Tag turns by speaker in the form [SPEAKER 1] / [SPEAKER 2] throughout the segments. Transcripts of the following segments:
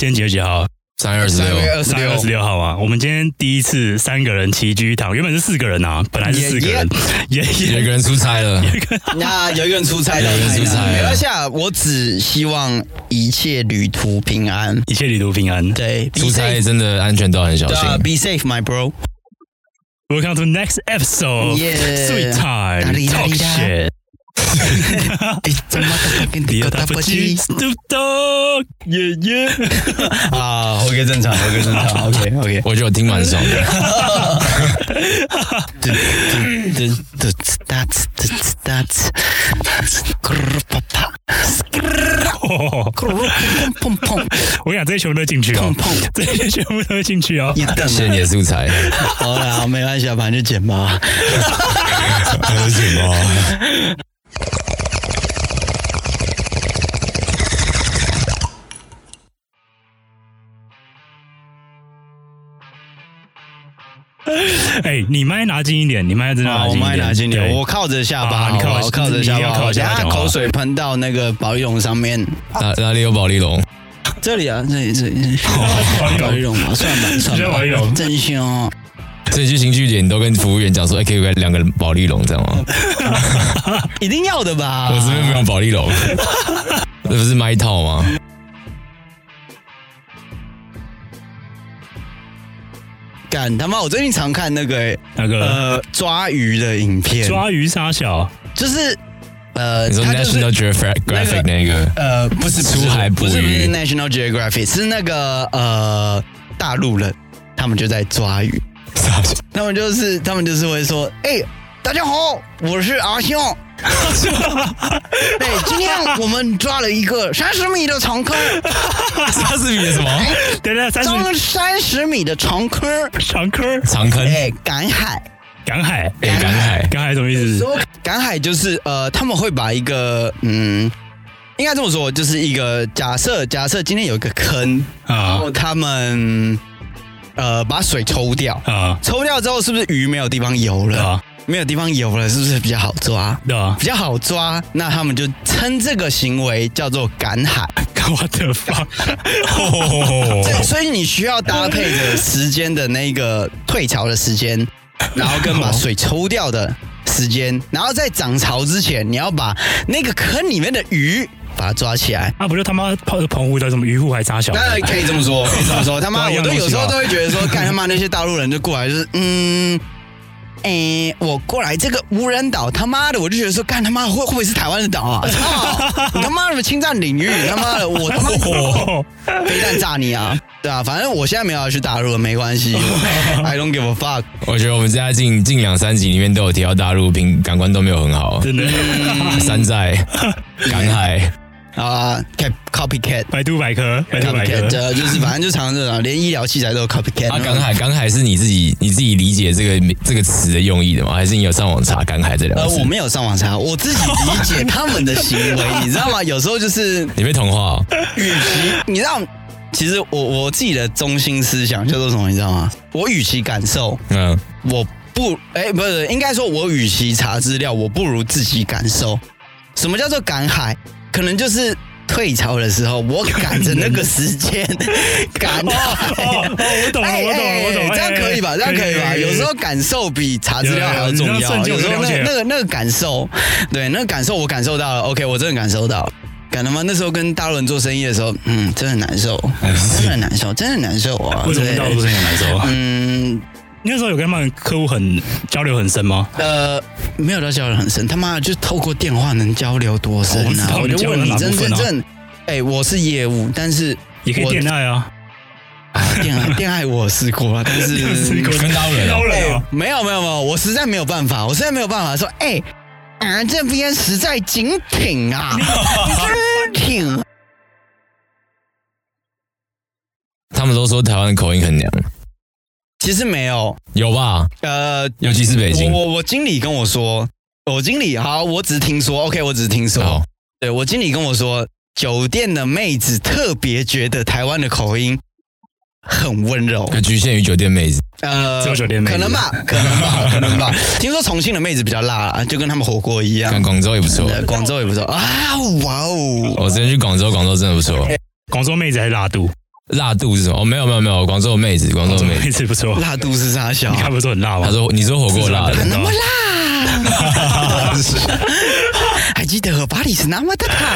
[SPEAKER 1] 今天几月几号？
[SPEAKER 2] 三月二十
[SPEAKER 3] 三月
[SPEAKER 2] 六，
[SPEAKER 3] 二十
[SPEAKER 1] 三月
[SPEAKER 3] 六
[SPEAKER 1] 二，十六号啊！我们今天第一次三个人齐聚一堂，原本是四个人啊，本来是四个人，也
[SPEAKER 2] 有一
[SPEAKER 1] 也
[SPEAKER 2] 个人出差了，
[SPEAKER 3] 那有一个人出差了，
[SPEAKER 2] 有一个人出差了
[SPEAKER 3] 没关系啊。我只希望一切旅途平安。
[SPEAKER 1] 一切旅途平安。
[SPEAKER 3] 对，be
[SPEAKER 2] 出差
[SPEAKER 3] safe，
[SPEAKER 2] 真的安全都很小
[SPEAKER 3] 对
[SPEAKER 2] 心
[SPEAKER 3] 啊。，be safe，my bro。
[SPEAKER 1] Welcome to next episode.
[SPEAKER 3] Yeah.
[SPEAKER 1] Sweet
[SPEAKER 3] 哒
[SPEAKER 1] time.
[SPEAKER 3] 哩哒
[SPEAKER 1] Talk
[SPEAKER 3] 哩哒
[SPEAKER 1] shit.
[SPEAKER 3] 哎
[SPEAKER 1] 第二大不 羁
[SPEAKER 3] 啊，
[SPEAKER 1] ，Snoop Dogg。耶 耶。啊
[SPEAKER 3] OK，正常，OK，正 常，OK，OK。OK，
[SPEAKER 2] 我觉得我听蛮 爽的，
[SPEAKER 3] 这这这哒呲哒呲哒呲，咕噜啪啪，咕噜砰砰 砰
[SPEAKER 1] 我跟你讲，这些全部都进去哦
[SPEAKER 3] 砰，砰，
[SPEAKER 1] 这些全部都进去哦。
[SPEAKER 3] 一等
[SPEAKER 2] 谢谢你的素 材。
[SPEAKER 3] 好啦，没关系啊，反正就剪吧。
[SPEAKER 2] 还有什么？
[SPEAKER 1] 哎，你麦拿近一点，你麦真的
[SPEAKER 3] 啊，
[SPEAKER 1] 拿
[SPEAKER 3] 我
[SPEAKER 1] 近一
[SPEAKER 3] 麦
[SPEAKER 1] 点。
[SPEAKER 3] 拿金牛，
[SPEAKER 1] 对
[SPEAKER 3] 我靠着下
[SPEAKER 1] 啊
[SPEAKER 3] 巴，
[SPEAKER 1] 你
[SPEAKER 3] 好不好
[SPEAKER 1] 靠
[SPEAKER 3] 我靠着下
[SPEAKER 1] 你要
[SPEAKER 3] 巴，
[SPEAKER 1] 靠
[SPEAKER 3] 我
[SPEAKER 1] 着下巴
[SPEAKER 3] 等下
[SPEAKER 1] 讲话
[SPEAKER 3] 口水喷到那个保利龙上面。
[SPEAKER 2] 哪哪里有保利龙？
[SPEAKER 3] 这里啊，这里这里，保利龙吧，啊算吧算
[SPEAKER 1] 你叫
[SPEAKER 3] 吧，
[SPEAKER 1] 保利龙
[SPEAKER 3] 真凶。
[SPEAKER 2] 所以去情绪点，你都跟服务员讲说，哎，可以来两个保利龙这样吗？
[SPEAKER 3] 一定要的吧？
[SPEAKER 2] 我这边没有保利 龙，这不是麦套吗？
[SPEAKER 3] 干他妈！我最近常看那个、欸
[SPEAKER 1] 那个
[SPEAKER 3] 呃抓鱼的影片，
[SPEAKER 1] 抓鱼杀小，
[SPEAKER 3] 就是呃，
[SPEAKER 2] 你说
[SPEAKER 3] 他就是
[SPEAKER 2] National Geographic 那个
[SPEAKER 3] 呃不是不是
[SPEAKER 2] 出海捕
[SPEAKER 3] 不是不
[SPEAKER 2] 鱼
[SPEAKER 3] 是 National Geographic，是那个呃大陆人，他们就在抓鱼，他们就是他们就是会说，哎、大家好，我是阿兄。 对，今天我们抓了一个三十米的长坑，
[SPEAKER 2] 莎士比的什么
[SPEAKER 1] 对对，三十
[SPEAKER 3] 装了三十米的长坑，
[SPEAKER 1] 长科
[SPEAKER 2] 长坑？
[SPEAKER 3] 哎、赶海，
[SPEAKER 1] 赶海，
[SPEAKER 2] 哎，赶海，
[SPEAKER 1] 赶海什么意思？
[SPEAKER 3] 赶海就是呃，他们会把一个嗯，应该这么说，就是一个假设，假设今天有一个坑，然
[SPEAKER 1] 啊
[SPEAKER 3] 后他们呃把水抽掉，
[SPEAKER 1] 啊
[SPEAKER 3] 抽掉之后是不是鱼没有地方游了？
[SPEAKER 1] 啊，
[SPEAKER 3] 没有地方游了，是不是比较好抓？
[SPEAKER 1] 对啊。
[SPEAKER 3] 比较好抓，那他们就称这个行为叫做赶海。
[SPEAKER 1] What the fuck？哦
[SPEAKER 3] 对，所以你需要搭配着时间的那个退潮的时间，然后
[SPEAKER 1] 哦
[SPEAKER 3] 跟把水抽掉的时间，然后在涨潮之前，你要把那个坑里面的鱼把它抓起来。
[SPEAKER 1] 啊，不就他妈泡澎湖的什么渔户还杀小？
[SPEAKER 3] 当然可以这 么说，可以这么说。他妈，
[SPEAKER 1] 哦对一样
[SPEAKER 3] 我都有时候
[SPEAKER 1] 东西吧啊
[SPEAKER 3] 都会觉得说，干他妈那些大陆人就过来就是，嗯，诶、我过来这个无人岛，他妈的，我就觉得说，干他妈会会不会是台湾的岛 啊？操，你他妈的侵占领域，他妈的，我他妈
[SPEAKER 1] 哦，
[SPEAKER 3] 飞弹炸你啊！对啊，反正我现在没有要去大陆，没关系。我 I don't give a fuck。
[SPEAKER 2] 我觉得我们现在近近两三集里面都有提到大陆评感官都没有很好，
[SPEAKER 1] 真的，
[SPEAKER 2] 山寨、赶海，
[SPEAKER 3] 好啊，cap copycat
[SPEAKER 1] 百度百科，百度百
[SPEAKER 3] copycat，
[SPEAKER 1] 科，
[SPEAKER 3] 呃，就是反正就常常这种，连医疗器材都有 copycat。
[SPEAKER 2] 啊，赶海，赶海是你自己你自己理解这个这个词的用意的吗？还是你有上网查“赶海”这两
[SPEAKER 3] 呃
[SPEAKER 2] 个，字
[SPEAKER 3] 我？没有上网查，我自己理解他们的行为，你知道吗？有时候就是，
[SPEAKER 2] 你被同化哦、
[SPEAKER 3] 与其你知道，其实我我自己的中心思想叫做什么，你知道吗？我与其感受，
[SPEAKER 2] 嗯，
[SPEAKER 3] 我不，哎、不是，应该说，我与其查资料，我不如自己感受。什么叫做赶海？可能就是退潮的时候，我赶着那个时间赶海。
[SPEAKER 1] 哦，我懂了，
[SPEAKER 3] 哎
[SPEAKER 1] 我懂了，
[SPEAKER 3] 哎
[SPEAKER 1] 我懂了，
[SPEAKER 3] 这样可以吧？这样可以吧？有时候感受比查资料还要重
[SPEAKER 1] 有有有
[SPEAKER 3] 要。
[SPEAKER 1] 瞬间
[SPEAKER 3] 有
[SPEAKER 1] 我就
[SPEAKER 3] 时候
[SPEAKER 1] 了解了
[SPEAKER 3] 那那个那个感受，对，那个感受我感受到了。OK，我真的感受到了。感他妈那时候跟大陆人做生意的时候，嗯，真的很难受，真的很难受，真的很难受啊！
[SPEAKER 1] 为什么
[SPEAKER 3] 对
[SPEAKER 1] 大陆这么难受？
[SPEAKER 3] 嗯，
[SPEAKER 1] 你那时候有跟他们客户很交流很深吗？
[SPEAKER 3] 呃，没有到交流很深，他妈的就透过电话能交流多深
[SPEAKER 1] 哦我知
[SPEAKER 3] 啊？
[SPEAKER 1] 道
[SPEAKER 3] 我
[SPEAKER 1] 你
[SPEAKER 3] 就
[SPEAKER 1] 交流
[SPEAKER 3] 问你，
[SPEAKER 1] 哪部
[SPEAKER 3] 真
[SPEAKER 1] 分
[SPEAKER 3] 真
[SPEAKER 1] 啊
[SPEAKER 3] 正，哎、我是业务，但是
[SPEAKER 1] 也可以
[SPEAKER 3] 我
[SPEAKER 1] 恋爱啊，
[SPEAKER 3] 啊，恋 爱恋爱我有试过啊，但 是哎
[SPEAKER 1] 试过
[SPEAKER 2] 跟大陆人哦、
[SPEAKER 1] 撩人啊，
[SPEAKER 3] 没有没有没有，我实在没有办法，我实在没有办法说，哎、俺这边实在紧 挺啊，真挺。
[SPEAKER 2] 他们都说台湾的口音很娘，
[SPEAKER 3] 其实没有，
[SPEAKER 2] 有吧？
[SPEAKER 3] 呃，
[SPEAKER 2] 尤其是北京
[SPEAKER 3] 我。我我经理跟我说，我经理好，我只听说，OK，我只听说，
[SPEAKER 2] 哦，
[SPEAKER 3] 对我经理跟我说，酒店的妹子特别觉得台湾的口音很温柔，
[SPEAKER 2] 就局限于酒店妹子。
[SPEAKER 3] 呃，
[SPEAKER 1] 只有酒店妹子
[SPEAKER 3] 可能吧， 可能吧，可能吧。听说重庆的妹子比较辣啊，就跟他们火锅一样
[SPEAKER 1] 嗯
[SPEAKER 2] 看。广州也不错，
[SPEAKER 3] 呃广州也不错啊，哇哦，
[SPEAKER 2] 我之前去广州，广州真的不错。
[SPEAKER 1] 广州妹子还是辣度，
[SPEAKER 2] 辣度是什么？哦，没有没有没有，广州妹子，广州妹子
[SPEAKER 1] 妹。子不错，
[SPEAKER 3] 辣度是啥小
[SPEAKER 1] 你？看不是很辣吗
[SPEAKER 2] 他？说：“你说火锅辣
[SPEAKER 1] 是
[SPEAKER 2] 的
[SPEAKER 1] 什
[SPEAKER 3] 那么辣， 还记得巴黎是那么的 烫。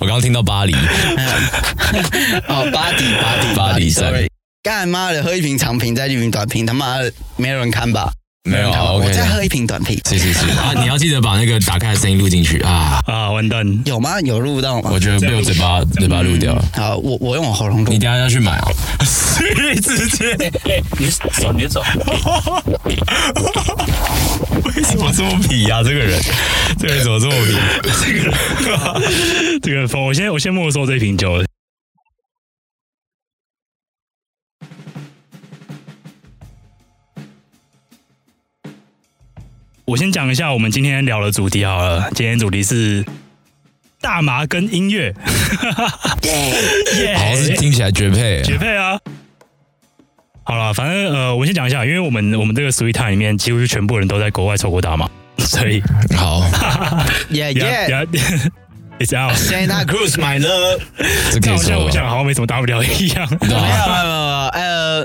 [SPEAKER 2] 我刚刚听到巴黎，
[SPEAKER 3] 哦，巴迪巴迪
[SPEAKER 2] 巴迪山
[SPEAKER 3] sorry 干妈的，喝一瓶长瓶，再一瓶短瓶，他妈的没有人看吧？
[SPEAKER 2] 没有
[SPEAKER 3] 人看吧
[SPEAKER 2] 啊，OK
[SPEAKER 3] 我
[SPEAKER 2] 的
[SPEAKER 3] 再喝一瓶短瓶，
[SPEAKER 2] 是是是啊，你要记得把那个打开的声音录进去啊。
[SPEAKER 1] 啊，完蛋！
[SPEAKER 3] 有吗？有录到吗
[SPEAKER 2] 我？觉得被我嘴巴嘴巴录掉了，
[SPEAKER 3] 好，我我用我喉咙录
[SPEAKER 2] 你。等一下要去买啊。直接，
[SPEAKER 4] 你走，你 走。
[SPEAKER 2] 为什么这么痞啊？这个人，这个人怎么这么痞？
[SPEAKER 1] 这个风，我先我先没收这瓶酒。我先讲一下我们今天聊的主题好了，今天主题是大麻跟音乐，耶
[SPEAKER 2] 好像是听起来绝配。
[SPEAKER 1] 绝配啊！好了，反正呃，我先讲一下，因为我们我们这个 Sweet Time 里面几乎是全部人都在国外抽过大麻， 所以
[SPEAKER 2] 好，
[SPEAKER 1] 也
[SPEAKER 3] Yeah yeah。
[SPEAKER 1] 也 It's out。
[SPEAKER 3] Santa Cruz my love。
[SPEAKER 2] 这可
[SPEAKER 1] 好
[SPEAKER 2] 以
[SPEAKER 1] 像
[SPEAKER 2] 说
[SPEAKER 1] 我讲
[SPEAKER 2] 了。
[SPEAKER 1] 好像没什么大不了一样。
[SPEAKER 2] 啊
[SPEAKER 3] 没有没有没有，呃，哎，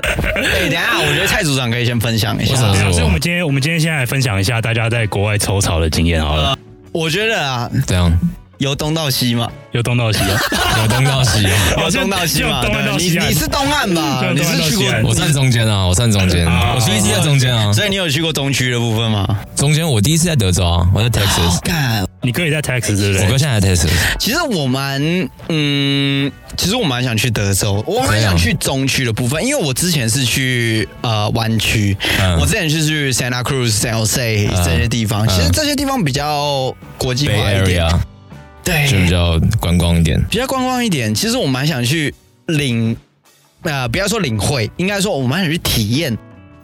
[SPEAKER 3] 等一下，我觉得蔡组长可以先分享一
[SPEAKER 2] 为什
[SPEAKER 3] 下
[SPEAKER 2] 么。
[SPEAKER 1] 对啊所以我们今天我们今天先来分享一下大家在国外抽草的经验好了，
[SPEAKER 3] 我觉得啊，
[SPEAKER 2] 这样
[SPEAKER 3] 由东到西嘛，
[SPEAKER 1] 有东到西了，
[SPEAKER 2] 有东到西啊，
[SPEAKER 1] 好
[SPEAKER 3] 由
[SPEAKER 1] 像
[SPEAKER 3] 东到西嘛，
[SPEAKER 1] 就东岸
[SPEAKER 3] 对
[SPEAKER 1] 到
[SPEAKER 3] 你
[SPEAKER 1] 西岸
[SPEAKER 3] 你是东岸吧？
[SPEAKER 1] 就
[SPEAKER 3] 你
[SPEAKER 1] 东岸
[SPEAKER 3] 是
[SPEAKER 1] 到
[SPEAKER 3] 去
[SPEAKER 1] 西岸
[SPEAKER 3] 过，
[SPEAKER 2] 我站中间啊，我站中间，
[SPEAKER 1] 啊
[SPEAKER 2] 我第一次在中间啊，
[SPEAKER 3] 所以你有去过东区的部分吗？
[SPEAKER 2] 中间我第一次在德州啊，我在 Texas，
[SPEAKER 3] 干，
[SPEAKER 1] 你可以在 Texas 对不
[SPEAKER 2] 我
[SPEAKER 1] 对？
[SPEAKER 2] 哥现在在 Texas，
[SPEAKER 3] 其实我蛮，嗯，其实我蛮想去德州，我蛮想去中区的部分，因为我之前是去呃湾区，
[SPEAKER 2] 嗯
[SPEAKER 3] 我之前是去 Santa Cruz、San Jose
[SPEAKER 2] 嗯
[SPEAKER 3] 这些地方，
[SPEAKER 2] 嗯
[SPEAKER 3] 其实这些地方比较国际
[SPEAKER 2] Bay
[SPEAKER 3] 化一点，
[SPEAKER 2] Area 就比
[SPEAKER 3] 对，
[SPEAKER 2] 较观光一点。
[SPEAKER 3] 比较观光一点。其实我蛮想去领，呃，不要说领会，应该说我蛮想去体验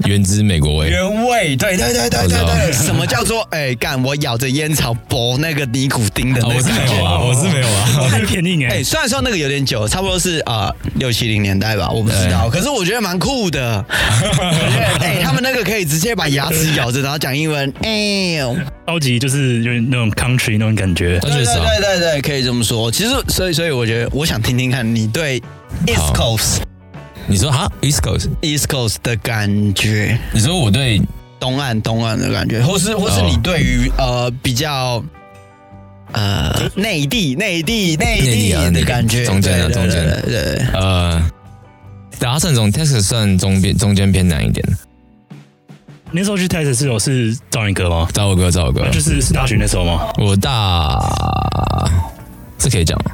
[SPEAKER 2] 原汁美国味，
[SPEAKER 3] 原味，对对对对
[SPEAKER 2] 我知道
[SPEAKER 3] 什么叫做哎干？我咬着烟草剥那个尼古丁的
[SPEAKER 2] 啊
[SPEAKER 3] 那
[SPEAKER 2] 我是
[SPEAKER 3] 个感
[SPEAKER 1] 哦
[SPEAKER 2] 没有
[SPEAKER 3] 觉。
[SPEAKER 2] 啊，我是没有啊。
[SPEAKER 1] 太偏硬
[SPEAKER 3] 哎、
[SPEAKER 1] 哎，
[SPEAKER 3] 虽然说那个有点久，差不多是啊六七零年代吧，我不知道，可是我觉得蛮 酷的。我觉得哎、他们那个可以直接把牙齿咬着，然后讲英文。哎、呦
[SPEAKER 1] 超级就是有点那种 country 那种感觉。
[SPEAKER 2] 那确
[SPEAKER 3] 对
[SPEAKER 2] 实
[SPEAKER 3] 对
[SPEAKER 2] 啊，
[SPEAKER 3] 对对对，可以这么说。其实，所以所以我觉得，我想听听看你对 East
[SPEAKER 2] 好
[SPEAKER 3] Coast
[SPEAKER 2] 你说哈 East Coast，
[SPEAKER 3] East Coast 的感觉，
[SPEAKER 2] 你说我对
[SPEAKER 3] 东岸东岸的感觉，或是或是
[SPEAKER 2] 哦
[SPEAKER 3] 你对于、呃比较。呃，内地、内地、
[SPEAKER 2] 内
[SPEAKER 3] 内
[SPEAKER 2] 地
[SPEAKER 3] 地
[SPEAKER 2] 啊内
[SPEAKER 3] 的
[SPEAKER 2] 地
[SPEAKER 3] 感觉，
[SPEAKER 2] 中间啊
[SPEAKER 3] 对对
[SPEAKER 2] 中间啊
[SPEAKER 3] 对对对，
[SPEAKER 2] 呃，达算中 Texas 算中边中间偏南一点。
[SPEAKER 1] 那时候去 Texas 是有是找你哥吗？
[SPEAKER 2] 找我哥，找我哥，
[SPEAKER 1] 就是是大学那时候吗？
[SPEAKER 2] 我大这可以讲吗？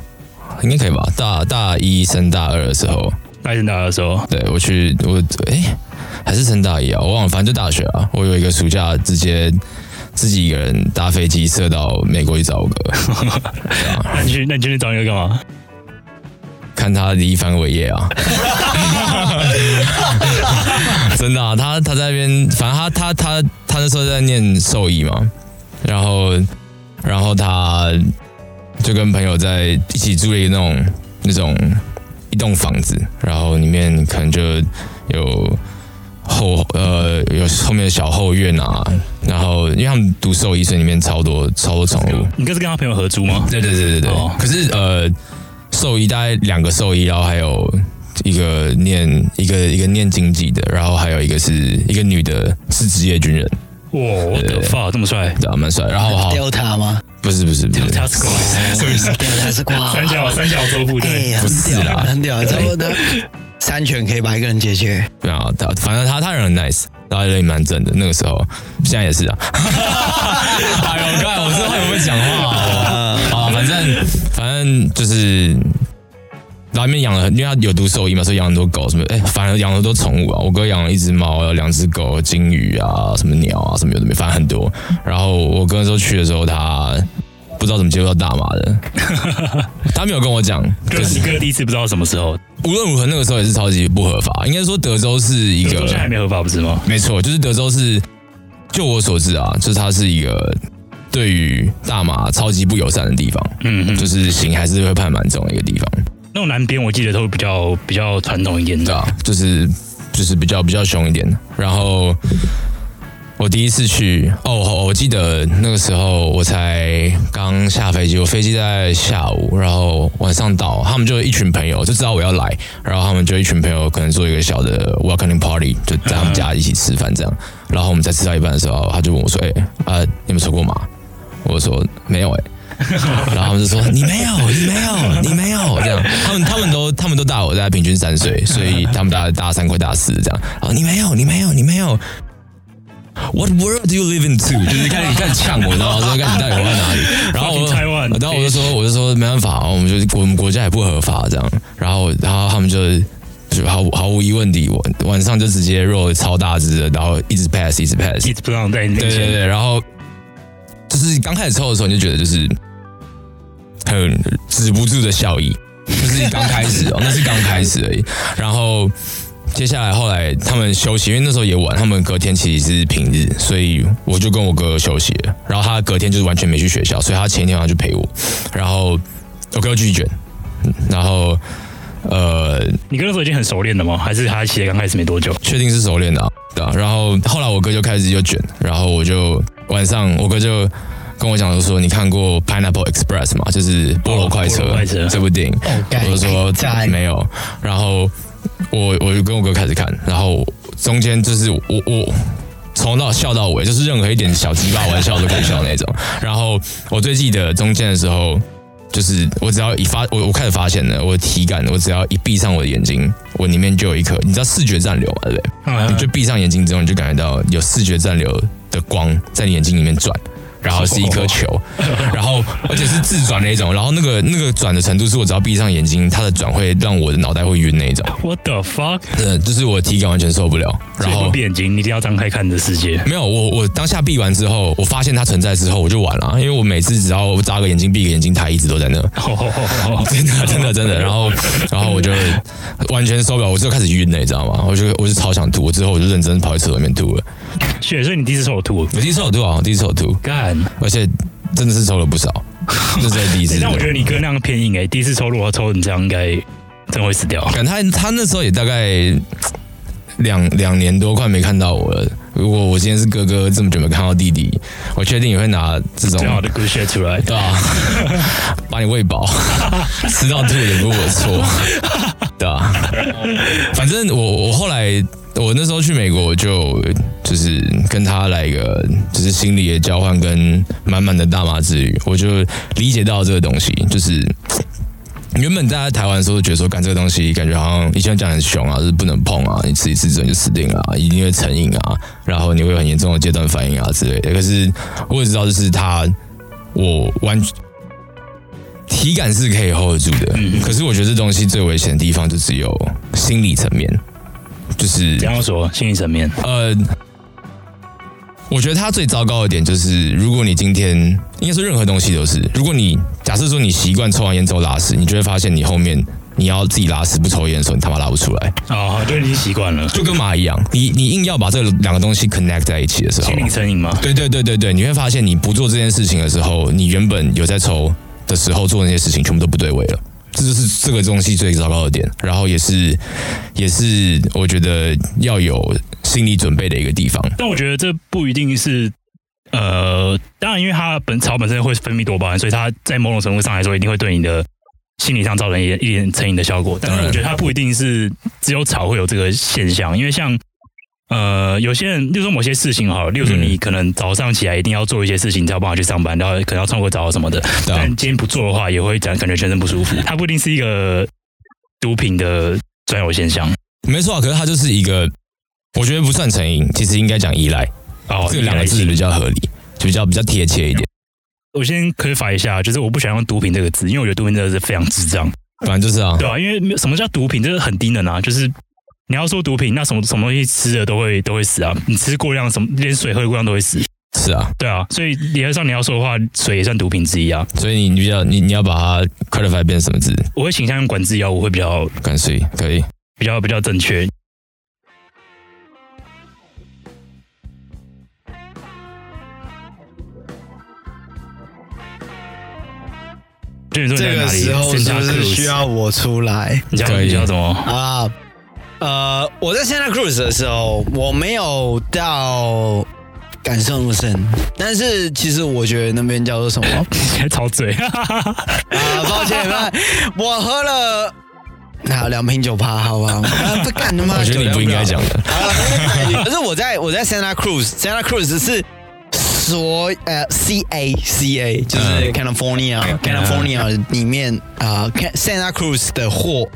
[SPEAKER 2] 应该可以吧？大大一升大二的时候，
[SPEAKER 1] 大学大二的时候，
[SPEAKER 2] 对我去我哎、还是升大一啊，我忘了，反正就大学啊。我有一个暑假直接自己一个人搭飞机射到美国去找我哥，
[SPEAKER 1] 那你去那你去找你哥干嘛？
[SPEAKER 2] 看他离番伟业啊， 真的啊，他他在那边，反正他他他他那时候在念兽医嘛，然后然后他就跟朋友在一起住了一个那种那种一栋房子，然后里面可能就有后呃有后面的小后院啊，然后因为他们读兽医，所以里面超多超多宠物，
[SPEAKER 1] 你哥是跟他朋友合租吗？
[SPEAKER 2] 对对对对对。
[SPEAKER 1] 哦
[SPEAKER 2] 可是呃，兽医大概两个兽医，然后还有一个念一个一个念经济的，然后还有一个是一个女的，是职业军人，
[SPEAKER 1] 哇，我的 fuck，这么帅！
[SPEAKER 2] 对啊，蛮帅。然后好，
[SPEAKER 3] Delta 吗
[SPEAKER 2] 不是不是 不是，
[SPEAKER 1] 他是
[SPEAKER 3] ？Delta 是挂
[SPEAKER 1] 三角三角洲部
[SPEAKER 3] 哎
[SPEAKER 1] 队，
[SPEAKER 3] 呀，
[SPEAKER 2] 不是啦
[SPEAKER 3] 很屌，很屌差不多。三拳可以把一个人解决，
[SPEAKER 2] 对啊，他反正他他人很 nice，然后人也蛮正的，那个时候，现在也 是啊。哎呦，看我这会不会讲话啊？啊，反正反正就是，然后里面养了很，因为他有读兽医嘛，所以养很多狗什么，哎、反正养了很多宠物啊。我哥养了一只猫，有两只狗，金鱼啊，什么鸟啊，什么有的没，反正很多。然后我哥那时候去的时候，他不知道怎么接触到大麻的，他没有跟我讲，
[SPEAKER 1] 哥
[SPEAKER 2] 就是
[SPEAKER 1] 你哥第一次不知道什么时候，
[SPEAKER 2] 无论如何那个时候也是超级不合法，应该说德州是一
[SPEAKER 1] 你
[SPEAKER 2] 个
[SPEAKER 1] 哥现在还没合法不是吗？
[SPEAKER 2] 没错，就是德州是，就我所知啊，就是它是一个对于大麻超级不友善的地方，
[SPEAKER 1] 嗯嗯，
[SPEAKER 2] 就是刑还是会判蛮重的一个地方，
[SPEAKER 1] 那种南边我记得都比较比较传统一点
[SPEAKER 2] 对
[SPEAKER 1] 的，
[SPEAKER 2] 啊，就是就是比较比较凶一点的。然后我第一次去哦，我我记得那个时候我才刚下飞机，我飞机在下午，然后晚上到，他们就一群朋友就知道我要来，然后他们就一群朋友可能做一个小的 welcoming party，就在他们家一起吃饭这样。然后我们在吃到一半的时候，他就问我说：“哎、啊、你们抽过吗？”我说：“没有、欸。” 然后他们就说：“你没有，你没有，你没有。”这样，他们他们都他们都大我大概平均三岁，所以他们大概大三快大四这样。然后你没有，你没有，你没有。What world do you live into？就是开始开始呛我，然后说：“看你到底活在哪里？”然后我
[SPEAKER 1] Fucking Taiwan，
[SPEAKER 2] 然后我就说：“我就说没办法，我们就是我们国家也不合法这样。”然后然后他们就。就毫无毫无疑问地，晚晚上就直接肉超大只的，然后一直 pass 一直 pass，
[SPEAKER 1] 一直不让在你面
[SPEAKER 2] 对对
[SPEAKER 1] 前。
[SPEAKER 2] 对，然后就是刚开始抽的时候，你就觉得就是很止不住的笑意，就是刚开始 哦，那是刚开始而已。然后接下来后来他们休息，因为那时候也晚，他们隔天其实是平日，所以我就跟我哥哥休息了。然后他隔天就是完全没去学校，所以他前一天晚上就陪我，然后我哥拒绝，嗯然后呃。
[SPEAKER 1] 你跟那时候已经很熟练了吗？还是他其实刚开始没多久？
[SPEAKER 2] 确定是熟练的、啊，对啊。然后后来我哥就开始就卷，然后我就晚上我哥就跟我讲说说你看过《Pineapple Express》吗？就是《菠萝快车
[SPEAKER 1] 菠萝快车》哦
[SPEAKER 2] 这部电影，
[SPEAKER 3] 干
[SPEAKER 2] 我就说
[SPEAKER 3] 赞
[SPEAKER 2] 没有。然后我我就跟我哥开始看，然后中间就是我我。从头到笑到尾，就是任何一点小鸡巴玩笑都可以笑那种。然后我最记得中间的时候，就是我只要一发，我我开始发现了我的体感，我只要一闭上我的眼睛，我里面就有一颗，你知道视觉暂留嘛，对不对？
[SPEAKER 1] 嗯
[SPEAKER 2] 你就闭上眼睛之后，你就感觉到有视觉暂留的光在你眼睛里面转，然后是一颗球，然后而且是自转那一种，然后那个那个转的程度是我只要闭上眼睛，它的转会让我的脑袋会晕那一种，
[SPEAKER 1] What the fuck？
[SPEAKER 2] 真的就是我的体感完全受不了。
[SPEAKER 1] 所
[SPEAKER 2] 然
[SPEAKER 1] 以
[SPEAKER 2] 后
[SPEAKER 1] 不闭眼睛，你一定要张开看你的世界。
[SPEAKER 2] 没有我我当下闭完之后，我发现它存在之后，我就完了，因为我每次只要眨个眼睛闭个眼睛，它一直都在那。 真的，真的，真的。然后，然后我就完全受不了，我就开始晕了，你知道吗？我就我就超想吐，我之后我就认真跑去厕所里面吐了。
[SPEAKER 1] 血，所以你第一次抽我吐。
[SPEAKER 2] 我第一次有吐啊，我第一次有吐，
[SPEAKER 1] 干，
[SPEAKER 2] 而且真的是抽了不少， 这是第一次。
[SPEAKER 1] 但我觉得你哥那样偏硬哎、第一次抽如果要抽你这样，应该真会死掉。
[SPEAKER 2] 感他他那时候也大概两两年多，快没看到我了。如果我今天是哥哥，这么久没看到弟弟，我确定也会拿这种
[SPEAKER 1] 最好的 good shit 出来。
[SPEAKER 2] 对啊， 把你喂饱， 吃到吐也不是我的错，对啊。反正我我后来我那时候去美国，我就就是跟他来一个就是心理的交换，跟满满的大麻之旅，我就理解到这个东西，就是。原本大家在台湾的时候觉得说，干这个东西感觉好像以前讲很凶啊，就是不能碰啊，你吃一次之后你就死定了、啊，一定会成瘾啊，然后你会有很严重的戒断反应啊之类的。可是我也知道，就是它我完全体感是可以 hold 得住的，可是我觉得这东西最危险的地方就只有心理层面，就是
[SPEAKER 1] 怎样说？心理层面，
[SPEAKER 2] 呃，我觉得它最糟糕的点就是，如果你今天应该说任何东西都是，如果你假设说你习惯抽完烟之后拉屎，你就会发现你后面你要自己拉屎不抽烟的时候，你他妈拉不出来，
[SPEAKER 1] 哦，就已经习惯了。
[SPEAKER 2] 就跟马一样，你你硬要把这两个东西 connect 在一起的时候
[SPEAKER 1] 心，灵成瘾吗？
[SPEAKER 2] 对对对对对，你会发现你不做这件事情的时候，你原本有在抽的时候做那些事情，全部都不对位了。这就是这个东西最糟糕的点，然后也是也是我觉得要有心理准备的一个地方。
[SPEAKER 1] 但我觉得这不一定是，呃，当然，因为它本草本身会分泌多巴胺，所以它在某种程度上来说，一定会对你的心理上造成一点一点成瘾的效果。但
[SPEAKER 2] 当
[SPEAKER 1] 是
[SPEAKER 2] 然
[SPEAKER 1] 我觉得它不一定是只有草会有这个现象，因为像。呃，有些人，例如说某些事情好了，例如说
[SPEAKER 2] 嗯
[SPEAKER 1] 你可能早上起来一定要做一些事情，你才有办法去上班，然后可能要穿过澡什么的。
[SPEAKER 2] 对啊
[SPEAKER 1] 但今天不做的话，也会感感觉全身不舒服。它不一定是一个毒品的专有现象。
[SPEAKER 2] 没错啊，可是它就是一个，我觉得不算成瘾，其实应该讲依赖，
[SPEAKER 1] 哦，
[SPEAKER 2] 这两个
[SPEAKER 1] 依赖
[SPEAKER 2] 字
[SPEAKER 1] 性
[SPEAKER 2] 比较合理，就比较比较贴切一点。
[SPEAKER 1] 我先科法一下，就是我不想用毒品这个字，因为我觉得毒品这个字非常智障，
[SPEAKER 3] 嗯
[SPEAKER 2] 反正就是啊，
[SPEAKER 1] 对啊，因为没有什么叫毒品，这个很低能啊，就是你要说毒品，那什么什么东西吃了都会都会死啊，你吃过量，什么连水喝过量都会死，
[SPEAKER 2] 是啊，
[SPEAKER 1] 对啊，所以理论上你要说的话，水也算毒品之一啊。
[SPEAKER 2] 所以你你比较你你要把它 qualify 变成什么字？
[SPEAKER 1] 我会倾向用管制药物会比较
[SPEAKER 2] 干脆可以。
[SPEAKER 1] 比较比较正确。就你说你
[SPEAKER 3] 这
[SPEAKER 1] 在哪
[SPEAKER 3] 个
[SPEAKER 1] 里？
[SPEAKER 3] 时候是不是需要我出来？
[SPEAKER 1] 你叫
[SPEAKER 2] 可以
[SPEAKER 1] 你叫什么？
[SPEAKER 3] 啊，呃，我在 Santa Cruz 的时候，我没有到感受那么深。但是其实我觉得那边叫 做什么
[SPEAKER 1] 还吵 嘴，
[SPEAKER 3] 啊？抱歉，那我喝了。好，两瓶酒趴，好不好？啊不干他妈！
[SPEAKER 2] 我觉得你不应该讲的。
[SPEAKER 3] 可是我在我在 Santa Cruz，Santa Cruz 是所呃 C A C A 就是
[SPEAKER 2] 嗯
[SPEAKER 3] California、California 里面啊、呃、Santa Cruz 的货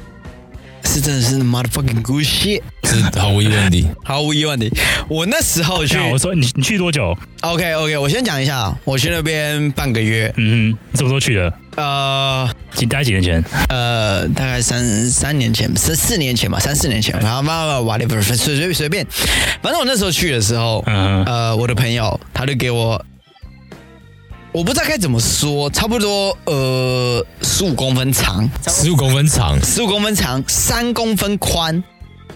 [SPEAKER 3] 是真的是 motherfucking good shit，
[SPEAKER 2] 是毫无疑问的。
[SPEAKER 3] 毫无疑问的。我那时候去
[SPEAKER 1] 这样我说你你去多久？
[SPEAKER 3] ，OK OK，我先讲一下，啊我去那边半个月，
[SPEAKER 1] 嗯哼，你什么时候去的？
[SPEAKER 3] 呃
[SPEAKER 1] 几大概几年前？
[SPEAKER 3] 呃，大概三三年前，三四年前吧，三四年前吧，然后慢慢 whatever，随随随便，反正我那时候去的时候，
[SPEAKER 1] 嗯哼，
[SPEAKER 3] 呃，我的朋友他就给我，我不知道该怎么说，差不多呃十五公分长，
[SPEAKER 2] 十五公分长，
[SPEAKER 3] 十五公分长，三公分宽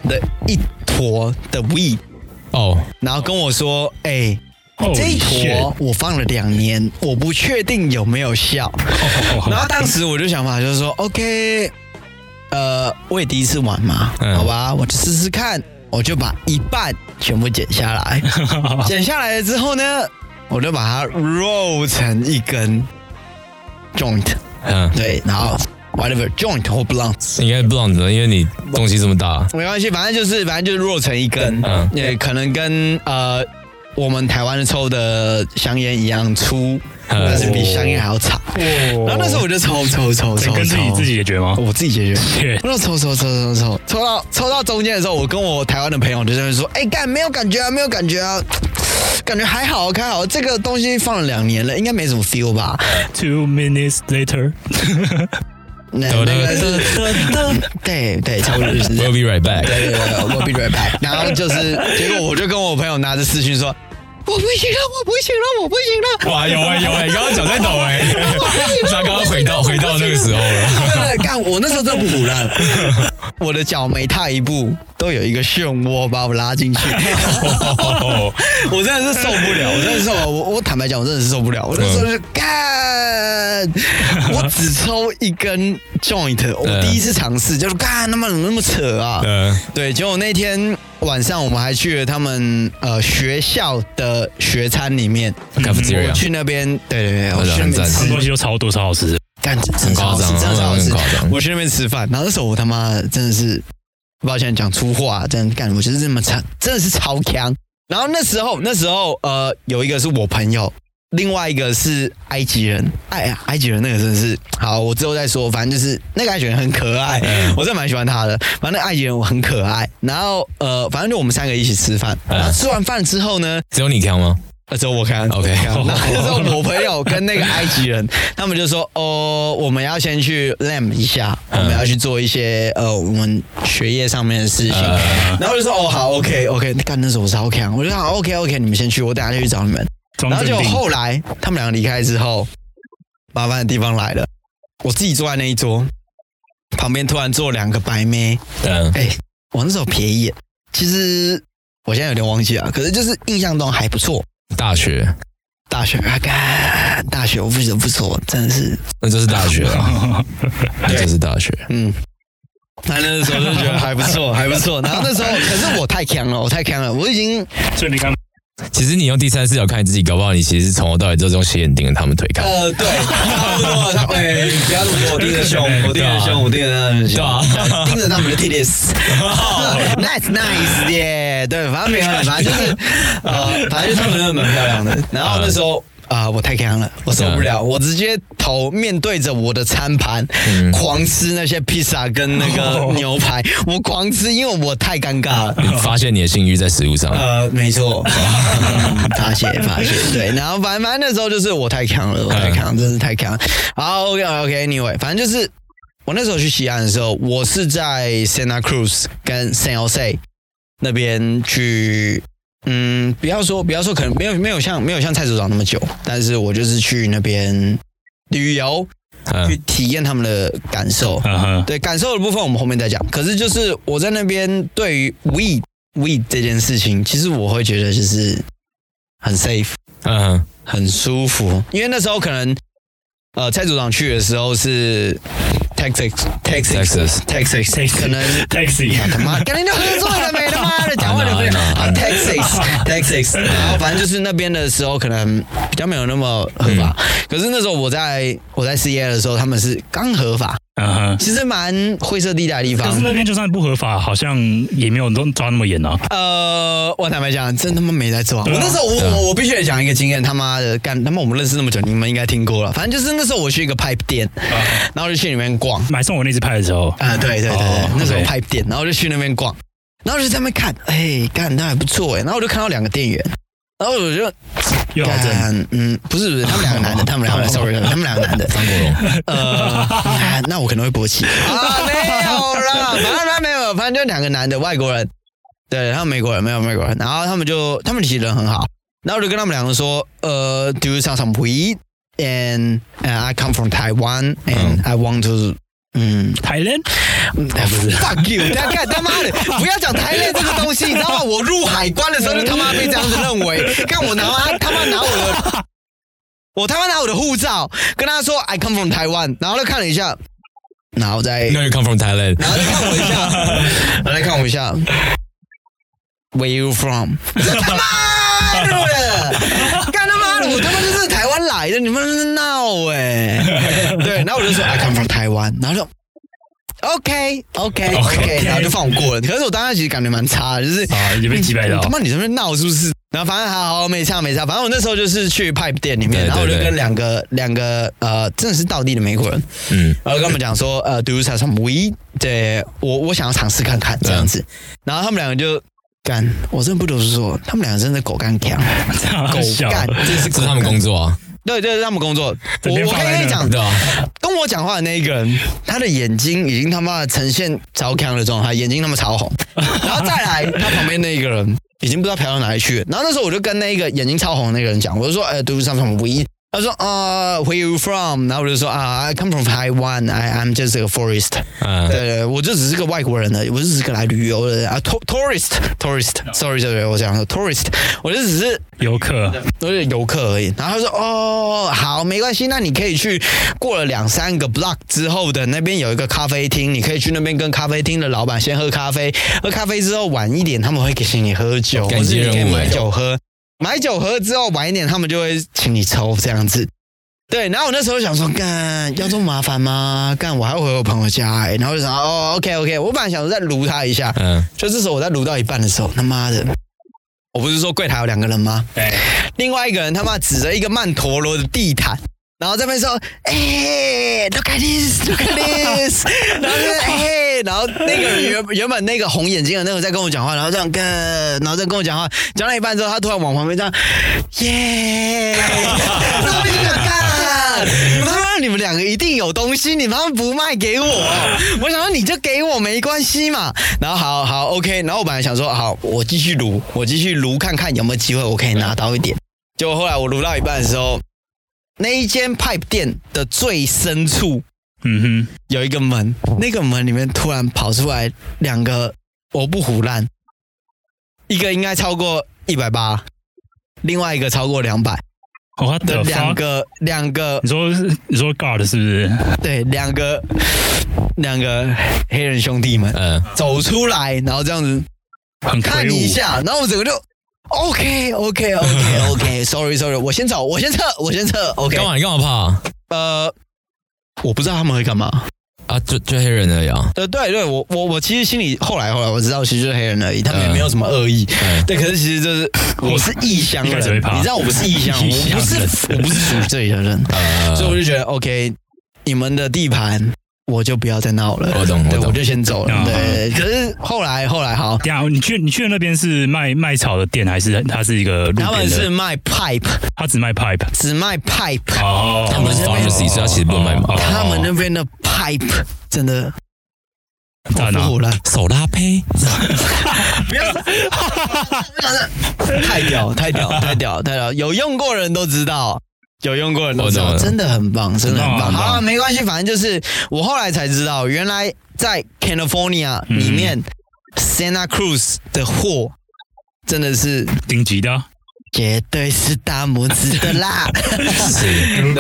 [SPEAKER 3] 的一坨的 weed，
[SPEAKER 2] 哦，
[SPEAKER 3] 然后跟我说，哎、这一
[SPEAKER 1] Holy
[SPEAKER 3] 坨我放了两年，我不确定有没有效。
[SPEAKER 2] 哦
[SPEAKER 1] shit
[SPEAKER 3] 然后当时我就想法就是说，OK，呃，我也第一次玩嘛，
[SPEAKER 2] 嗯
[SPEAKER 3] 好吧，我就试试看，我就把一半全部剪下来， 剪下来了之后呢，我就把它 roll 成一根 joint，
[SPEAKER 2] 嗯，
[SPEAKER 3] 对，然后 whatever joint 或 blunt，
[SPEAKER 2] 应该不让的，因为你东西这么大，
[SPEAKER 3] 没关系，反正就是反正就是 roll 成一根，
[SPEAKER 2] 嗯
[SPEAKER 3] 也可能跟呃我们台湾抽的香烟一样粗，
[SPEAKER 2] 嗯
[SPEAKER 3] 但是比香烟还要长。然后那时候我就抽抽抽
[SPEAKER 1] 哦整
[SPEAKER 3] 抽
[SPEAKER 1] 跟自己
[SPEAKER 3] 抽，
[SPEAKER 1] 自己解决吗？
[SPEAKER 3] 我自己解决。
[SPEAKER 1] 切
[SPEAKER 3] 我就抽抽抽抽抽，抽到抽到中间的时候，我跟我台湾的朋友就在那边说：“哎、干没有感觉啊，没有感觉啊，感觉还好，还好。这个东西放了两年了，应该没什么 feel 吧？
[SPEAKER 1] ，Two minutes later，
[SPEAKER 3] 那那
[SPEAKER 2] 得得
[SPEAKER 3] 个是，对对，差不多就是
[SPEAKER 2] We'll
[SPEAKER 3] 这样。
[SPEAKER 2] be right back。
[SPEAKER 3] 对对对，We'll be right back。然后就是，结果我就跟我朋友拿着视讯说：“我不行了，我不行了，我不行了。”
[SPEAKER 2] 哇，有哎、有哎、刚刚脚在抖哎、他刚刚回到回到那个时候 了。
[SPEAKER 3] 对对，干！我那时候真不腐烂， 我的脚每踏一步都有一个漩涡把我拉 进去，我真的是受不了，我真的是受不了，我我坦白讲，我真的是受不了，我那时候就
[SPEAKER 2] 嗯
[SPEAKER 3] 干，我只抽一根 joint，我第一次尝试，就是干，他妈怎么那么扯啊？
[SPEAKER 2] 嗯，
[SPEAKER 3] 对，结果那天晚上我们还去了他们呃学校的学餐里面，我
[SPEAKER 2] cafeteria
[SPEAKER 3] 去那边，对对对，我去那
[SPEAKER 2] 嗯很
[SPEAKER 3] 边
[SPEAKER 2] 赞
[SPEAKER 1] 他
[SPEAKER 3] 吃
[SPEAKER 1] 们东西都超多超好吃。
[SPEAKER 3] 干，很
[SPEAKER 2] 很夸张，啊
[SPEAKER 3] 真的是好吃
[SPEAKER 2] 很。夸张。
[SPEAKER 3] 我去那边吃饭，然后那时候我他妈真的是抱歉讲粗话，真的干，我就是这么惨，真的是超强。然后那时候那时候呃，有一个是我朋友，另外一个是埃及人，哎呀，埃及人那个真的是好，我之后再说，反正就是那个埃及人很可 爱，我真的蛮喜欢他的。反正那埃及人我很可爱，然后呃，反正就我们三个一起吃饭，
[SPEAKER 2] 嗯
[SPEAKER 3] 然后吃完饭之后呢，
[SPEAKER 2] 只有你看吗？
[SPEAKER 3] 呃，只有我看
[SPEAKER 2] OK
[SPEAKER 3] 然后那时候我朋友跟那个埃及 人，他们就说：“哦，我们要先去 lam 一下，我们要去做一些呃我们学业上面的事情。然后我就说：“哦，好，OK OK。”干那时候我超强，我就想 OK OK，你们先去，我等下就去找你们。
[SPEAKER 1] 装
[SPEAKER 3] 然后
[SPEAKER 1] 镇
[SPEAKER 3] 就
[SPEAKER 1] 定
[SPEAKER 3] 后来他们两个离开之后，麻烦的地方来了，我自己坐在那一桌，旁边突然坐两个白妹，
[SPEAKER 2] 嗯，
[SPEAKER 3] 哎、我那时候瞥一眼，其实我现在有点忘记了，可是就是印象中还不错。
[SPEAKER 2] 大学，
[SPEAKER 3] 大学啊，干大学，我不觉得不错，真的是，
[SPEAKER 2] 那就是大学了，那就是大学。
[SPEAKER 3] 嗯。他 那时候就觉得还不错，还不错。然后那时候，可是我太强了，我太强了，我已经
[SPEAKER 1] 所以你刚
[SPEAKER 2] 其实你用第三视角看你自己，搞不好你其实是从头到尾都是用斜眼盯着他们推开。
[SPEAKER 3] 呃，对，差不多了。他哎，不要这么说，我盯着胸，我盯着胸，我盯着他们的胸，盯着他们的 titties。Nice, nice，耶！对，反正没有，反正就是，呃，反正就是他们都蛮漂亮的。然后那时候。啊、我太强了，我受不了，我直接头面对着我的餐盘，狂吃那些披萨跟那个牛排，我狂吃，因为我太尴尬了。
[SPEAKER 2] 你发现你的性欲在食物上，
[SPEAKER 3] 呃，没错，嗯 发泄发泄，对，然后反反正那时候就是我太强了，我太强，真是太强。好，OK OK，Anyway，、反正就是我那时候去西安的时候，我是在 Santa Cruz 跟 San Jose 那边去，嗯，不要说不要说，可能没有没有像没有像蔡组长那么久，但是我就是去那边旅游，去
[SPEAKER 2] 嗯，
[SPEAKER 3] 体验他们的感受。
[SPEAKER 1] 嗯哼，
[SPEAKER 3] 对感受的部分我们后面再讲。可是就是我在那边对于 weed weed 这件事情，其实我会觉得就是很 safe，
[SPEAKER 2] 嗯，
[SPEAKER 3] 很舒服，因为那时候可能呃蔡组长去的时候是 Texas Texas Texas 可能啊
[SPEAKER 1] taxi
[SPEAKER 3] 他妈，赶紧就喝醉了没？他妈的，讲话就不
[SPEAKER 2] I
[SPEAKER 3] 要
[SPEAKER 2] know, I know,
[SPEAKER 3] 啊！Texas，Texas，然后反正就是那边的时候，可能比较没有那么合法。可是那时候我在我在 CA 的时候，他们是刚合法，
[SPEAKER 1] 嗯哼。
[SPEAKER 3] 其实蛮灰色地带的地
[SPEAKER 1] 可是
[SPEAKER 3] 方。
[SPEAKER 1] 那边就算不合法，好像也没有都抓那么严啊。
[SPEAKER 3] 呃，我坦白讲，真他妈没在做啊。
[SPEAKER 1] 对啊
[SPEAKER 3] 我那时候，我我我必须得讲一个经验，他妈的干他妈，我们认识那么久，你们应该听过了。反正就是那时候我去一个 pipe 店，然后就去里面逛，
[SPEAKER 1] 买送我那支派的时候，
[SPEAKER 3] 啊，对对对对
[SPEAKER 1] 哦
[SPEAKER 3] 那时候
[SPEAKER 1] OK
[SPEAKER 3] 拍店，然后就去那边逛，然后就在那边看，哎，干那还不错哎，然后我就看到两个店员，然后我就
[SPEAKER 1] 又好正，
[SPEAKER 3] 干，嗯，不是不是，他们两个男的，他们两个，sorry，他们两个男的，
[SPEAKER 2] 张国荣，
[SPEAKER 3] 呃，啊那我可能会勃起啊，没有啦，反正他没有，反正就两个男的外国人，对，他们美国人，没有美国人，然后他们就他们其实人很好，然后我就跟他们两个说，呃，do you sell some weed and and 呃 I come from Taiwan and I want to 嗯。
[SPEAKER 1] 台人
[SPEAKER 3] 哎不是，fuck you！他 看他妈的，不要讲台类这个东西，你知道吗？我入海关的时候就他妈被这样子认为，看我拿他他妈拿我的，我他妈拿我的护照，跟他说 I come from 台湾，然后他看了一下，然后再
[SPEAKER 2] No, you come from Thailand.
[SPEAKER 3] 然后再看我一下，然后再看我一下，Where you from？这他妈的！干他妈的！我他妈就是台湾来的，你们在闹哎、对，然后我就说 I come from 台湾，然后就 OK OK OK，然后就放我过了。可是我当时其实感觉蛮差的，就是
[SPEAKER 1] 啊，也被击败了
[SPEAKER 3] 他
[SPEAKER 1] 哦。
[SPEAKER 3] 妈 你在那边闹是不是？然后反正还好，没差没差。反正我那时候就是去 pipe 店里面，
[SPEAKER 2] 对
[SPEAKER 3] 然后我就
[SPEAKER 2] 对对
[SPEAKER 3] 跟两个两个呃，真的是道地的美国人，
[SPEAKER 2] 嗯，
[SPEAKER 3] 然后跟他们讲说，呃，do you have some weed？对我我想要尝试看看这样子。
[SPEAKER 1] 嗯
[SPEAKER 3] 然后他们两个就干，我真的不得不说，他们两个真的狗干强， 狗
[SPEAKER 1] 笑
[SPEAKER 3] 干，这是
[SPEAKER 2] 这是他们
[SPEAKER 3] 工，
[SPEAKER 2] 工作啊，
[SPEAKER 3] 对对，是他们工作。我
[SPEAKER 1] 整天
[SPEAKER 3] 我
[SPEAKER 1] 放在
[SPEAKER 3] 跟
[SPEAKER 1] 那
[SPEAKER 3] 你讲，
[SPEAKER 2] 对吧？
[SPEAKER 3] 跟我讲话的那一个人，他的眼睛已经他妈的呈现超强的状态，眼睛他妈超红。然后再来，他旁边那一个人已经不知道飘到哪里去了。然后那时候我就跟那一个眼睛超红的那个人讲，我就说，哎、d o you come from we？他说，啊、w h e r e you from？然后我就说，啊、i come from Taiwan，I I'm just a forest。
[SPEAKER 2] 嗯，
[SPEAKER 3] 对，我就只是个外国人的，我就只是个来旅游的人啊，to-，tourist，tourist，sorry，sorry，我讲错，tourist，我就只是
[SPEAKER 1] 游客
[SPEAKER 3] 都是游客而已。然后他说：“哦，好，没关系，那你可以去过了两三个 block 之后的那边有一个咖啡厅，你可以去那边跟咖啡厅的老板先喝咖啡，喝咖啡之后晚一点他们会给请你喝酒，
[SPEAKER 2] 感
[SPEAKER 3] 或是
[SPEAKER 2] 谢
[SPEAKER 3] 你可以
[SPEAKER 2] 任务
[SPEAKER 3] 买
[SPEAKER 2] 欸
[SPEAKER 3] 酒喝，买酒喝之后晚一点他们就会请你抽这样子。”对，然后我那时候想说，干要这么麻烦吗？干我还要回我朋友家、欸，然后我就想，哦，OK OK，我本来想说再撸他一下，
[SPEAKER 2] 嗯，
[SPEAKER 3] 就这时候我在撸到一半的时候，他妈的，我不是说柜台有两个人吗？
[SPEAKER 1] 对，
[SPEAKER 3] 另外一个人他妈指着一个曼陀罗的地毯。然后这边说，哎、l o o k at this，look at this，然 后就是哎、然后那个人 原原本那个红眼睛的那个在跟我讲话，然后这样跟，然后再跟我讲话，讲到一半之后，他突然往旁边这样，耶， 然后我就想干，我他妈你们两个一定有东西，你们他妈不卖给我，我想说你就给我没关系嘛，然后好好 OK，然后我本来想说好，我继续撸，我继续撸看看有没有机会我可以拿到一点。结果后来我撸到一半的时候，那一间 pipe 店的最深处
[SPEAKER 1] 嗯
[SPEAKER 3] 有一个门，那个门里面突然跑出来两个，我不胡乱，一个应该超过一百八，另外一个超过两百
[SPEAKER 1] 哼，我的
[SPEAKER 3] 的两
[SPEAKER 1] 两个，
[SPEAKER 3] 个两个
[SPEAKER 1] 你说你说 God 是不是？
[SPEAKER 3] 对两个两个黑人兄弟们
[SPEAKER 2] 嗯，
[SPEAKER 3] 走出来，然后这样子
[SPEAKER 1] 很
[SPEAKER 3] 看
[SPEAKER 1] 魁
[SPEAKER 3] 一
[SPEAKER 1] 梧，
[SPEAKER 3] 下，然后我整个就。OK OK OK OK，Sorry Sorry，我先走，我先撤，我先撤。OK，
[SPEAKER 2] 干嘛？你干嘛怕
[SPEAKER 3] 呃，我不知道他们会干嘛。
[SPEAKER 2] 啊？就就黑人而已啊。
[SPEAKER 3] 呃，对对，我我我其实心里后来后来我知道，其实就是黑人而已，他们也没有什么恶意。
[SPEAKER 2] 嗯
[SPEAKER 3] 对，可是其实就是我是异乡
[SPEAKER 1] 一
[SPEAKER 3] 人
[SPEAKER 1] 开始会，怕
[SPEAKER 3] 你知道我不是异乡，
[SPEAKER 1] 异乡
[SPEAKER 3] 我不
[SPEAKER 1] 人嗯
[SPEAKER 3] 是我不是属于这里的人，
[SPEAKER 2] 呃
[SPEAKER 3] 所以我就觉得 OK，你们的地盘我就不要再闹了，
[SPEAKER 2] 我懂我
[SPEAKER 3] 对，
[SPEAKER 2] 懂
[SPEAKER 3] 我就先走了。
[SPEAKER 1] 嗯
[SPEAKER 3] 对，可是后来后来好，
[SPEAKER 1] 等一下你去你去的那边是卖卖草的店，还是它是一个路边
[SPEAKER 3] 他
[SPEAKER 1] 的？
[SPEAKER 3] 们是卖 pipe，
[SPEAKER 1] 它只卖 pipe
[SPEAKER 3] 只卖 pipe，
[SPEAKER 1] 哦，
[SPEAKER 2] 他们是 pharmacy，所以他其实不能卖嘛。
[SPEAKER 3] 他们那边的 pipe 真的
[SPEAKER 1] 赞啊
[SPEAKER 3] 不！了。
[SPEAKER 2] 手拉胚，
[SPEAKER 3] 不要， 太屌，太屌，太屌，太屌！有用过的人都知道，有用过的人都知
[SPEAKER 2] 我
[SPEAKER 3] 道，
[SPEAKER 2] 懂了
[SPEAKER 3] 真的很棒，真的很棒。
[SPEAKER 1] 很棒很
[SPEAKER 3] 好
[SPEAKER 1] 棒
[SPEAKER 3] 啊，没关系，反正就是我后来才知道，原来在 California 里面、Santa Cruz 的货真的是
[SPEAKER 1] 顶级的啊，
[SPEAKER 3] 绝对是大拇指的啦。
[SPEAKER 1] 如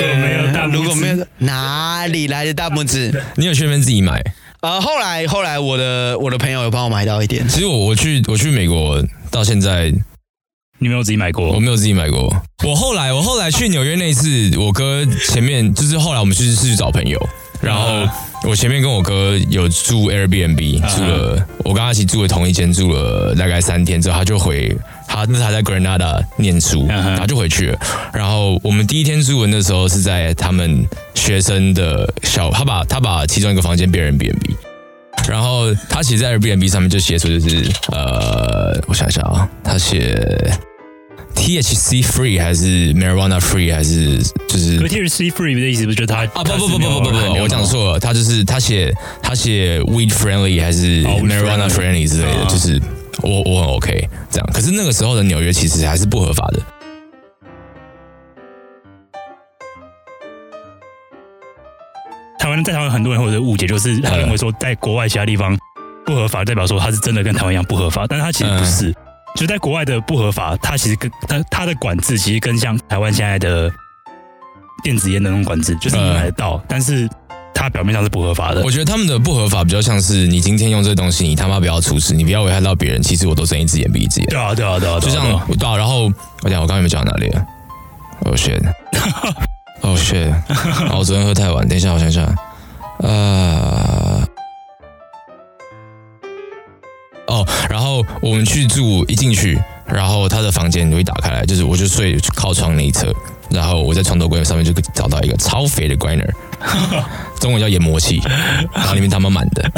[SPEAKER 1] 果没有大拇指
[SPEAKER 3] 如果没有，哪里来的大拇指？
[SPEAKER 2] 你有去那边自己买？
[SPEAKER 3] 呃，后来后来，我的我的朋友有帮我买到一点，
[SPEAKER 2] 其实我我去我去美国到现在，
[SPEAKER 1] 你没有自己买
[SPEAKER 2] 我
[SPEAKER 1] 过？
[SPEAKER 2] 没有自己买过。我后来我后来去纽约那一次，我哥前面就是后来我们去是去找朋友，然后我前面跟我哥有住 Airbnb，住了我跟他一起住的同一间，住了大概三天之后，他就回他那时候还在 Granada 念书，
[SPEAKER 1] 嗯哼
[SPEAKER 2] 然后就回去了。然后我们第一天住的那时候是在他们学生的小，他把他把其中一个房间变成 Airbnb。然后他写在 Airbnb 上面就写出就是呃，我想想啊，他写 THC free 还是 marijuana free 还是就是
[SPEAKER 1] 可 THC free 的意思不就是它
[SPEAKER 2] 啊不不不不不不不，我讲。错了，他就是他写他写 weed friendly 还是
[SPEAKER 1] 哦，weed
[SPEAKER 2] marijuana
[SPEAKER 1] friendly
[SPEAKER 2] friendly 之类的，
[SPEAKER 1] 啊
[SPEAKER 2] 就是我我很 OK 这样。可是那个时候的纽约其实还是不合法的。
[SPEAKER 1] 台湾在台湾很多人会有这个误解，就是他认为说在国外其他地方不合法，代表说它是真的跟台湾一样不合法，但是它其实不是。嗯就在国外的不合法，它其实跟它它的管制其实跟像台湾现在的电子烟的那种管制，就是你
[SPEAKER 2] 嗯
[SPEAKER 1] 买得到，但是它表面上是不合法的
[SPEAKER 2] 我。觉得他们的不合法比较像是你今天用这东西，你他妈不要出事，你不要危害到别人。其实我都睁一只眼闭一只眼。
[SPEAKER 1] 对啊，对啊，对啊，
[SPEAKER 2] 就
[SPEAKER 1] 对啊
[SPEAKER 2] 像
[SPEAKER 1] 对啊
[SPEAKER 2] 我对啊，然后我讲我刚刚有没有讲到哪里了？哦 shit，哦 shit，啊我昨天喝太晚，等一下我想想，呃，哦，然后我们去住一进去，然后他的房间我一打开来，就是我就睡靠窗那一侧，然后我在床头柜上面就找到一个超肥的 grinder，中文叫研磨器，然后里面他妈满的，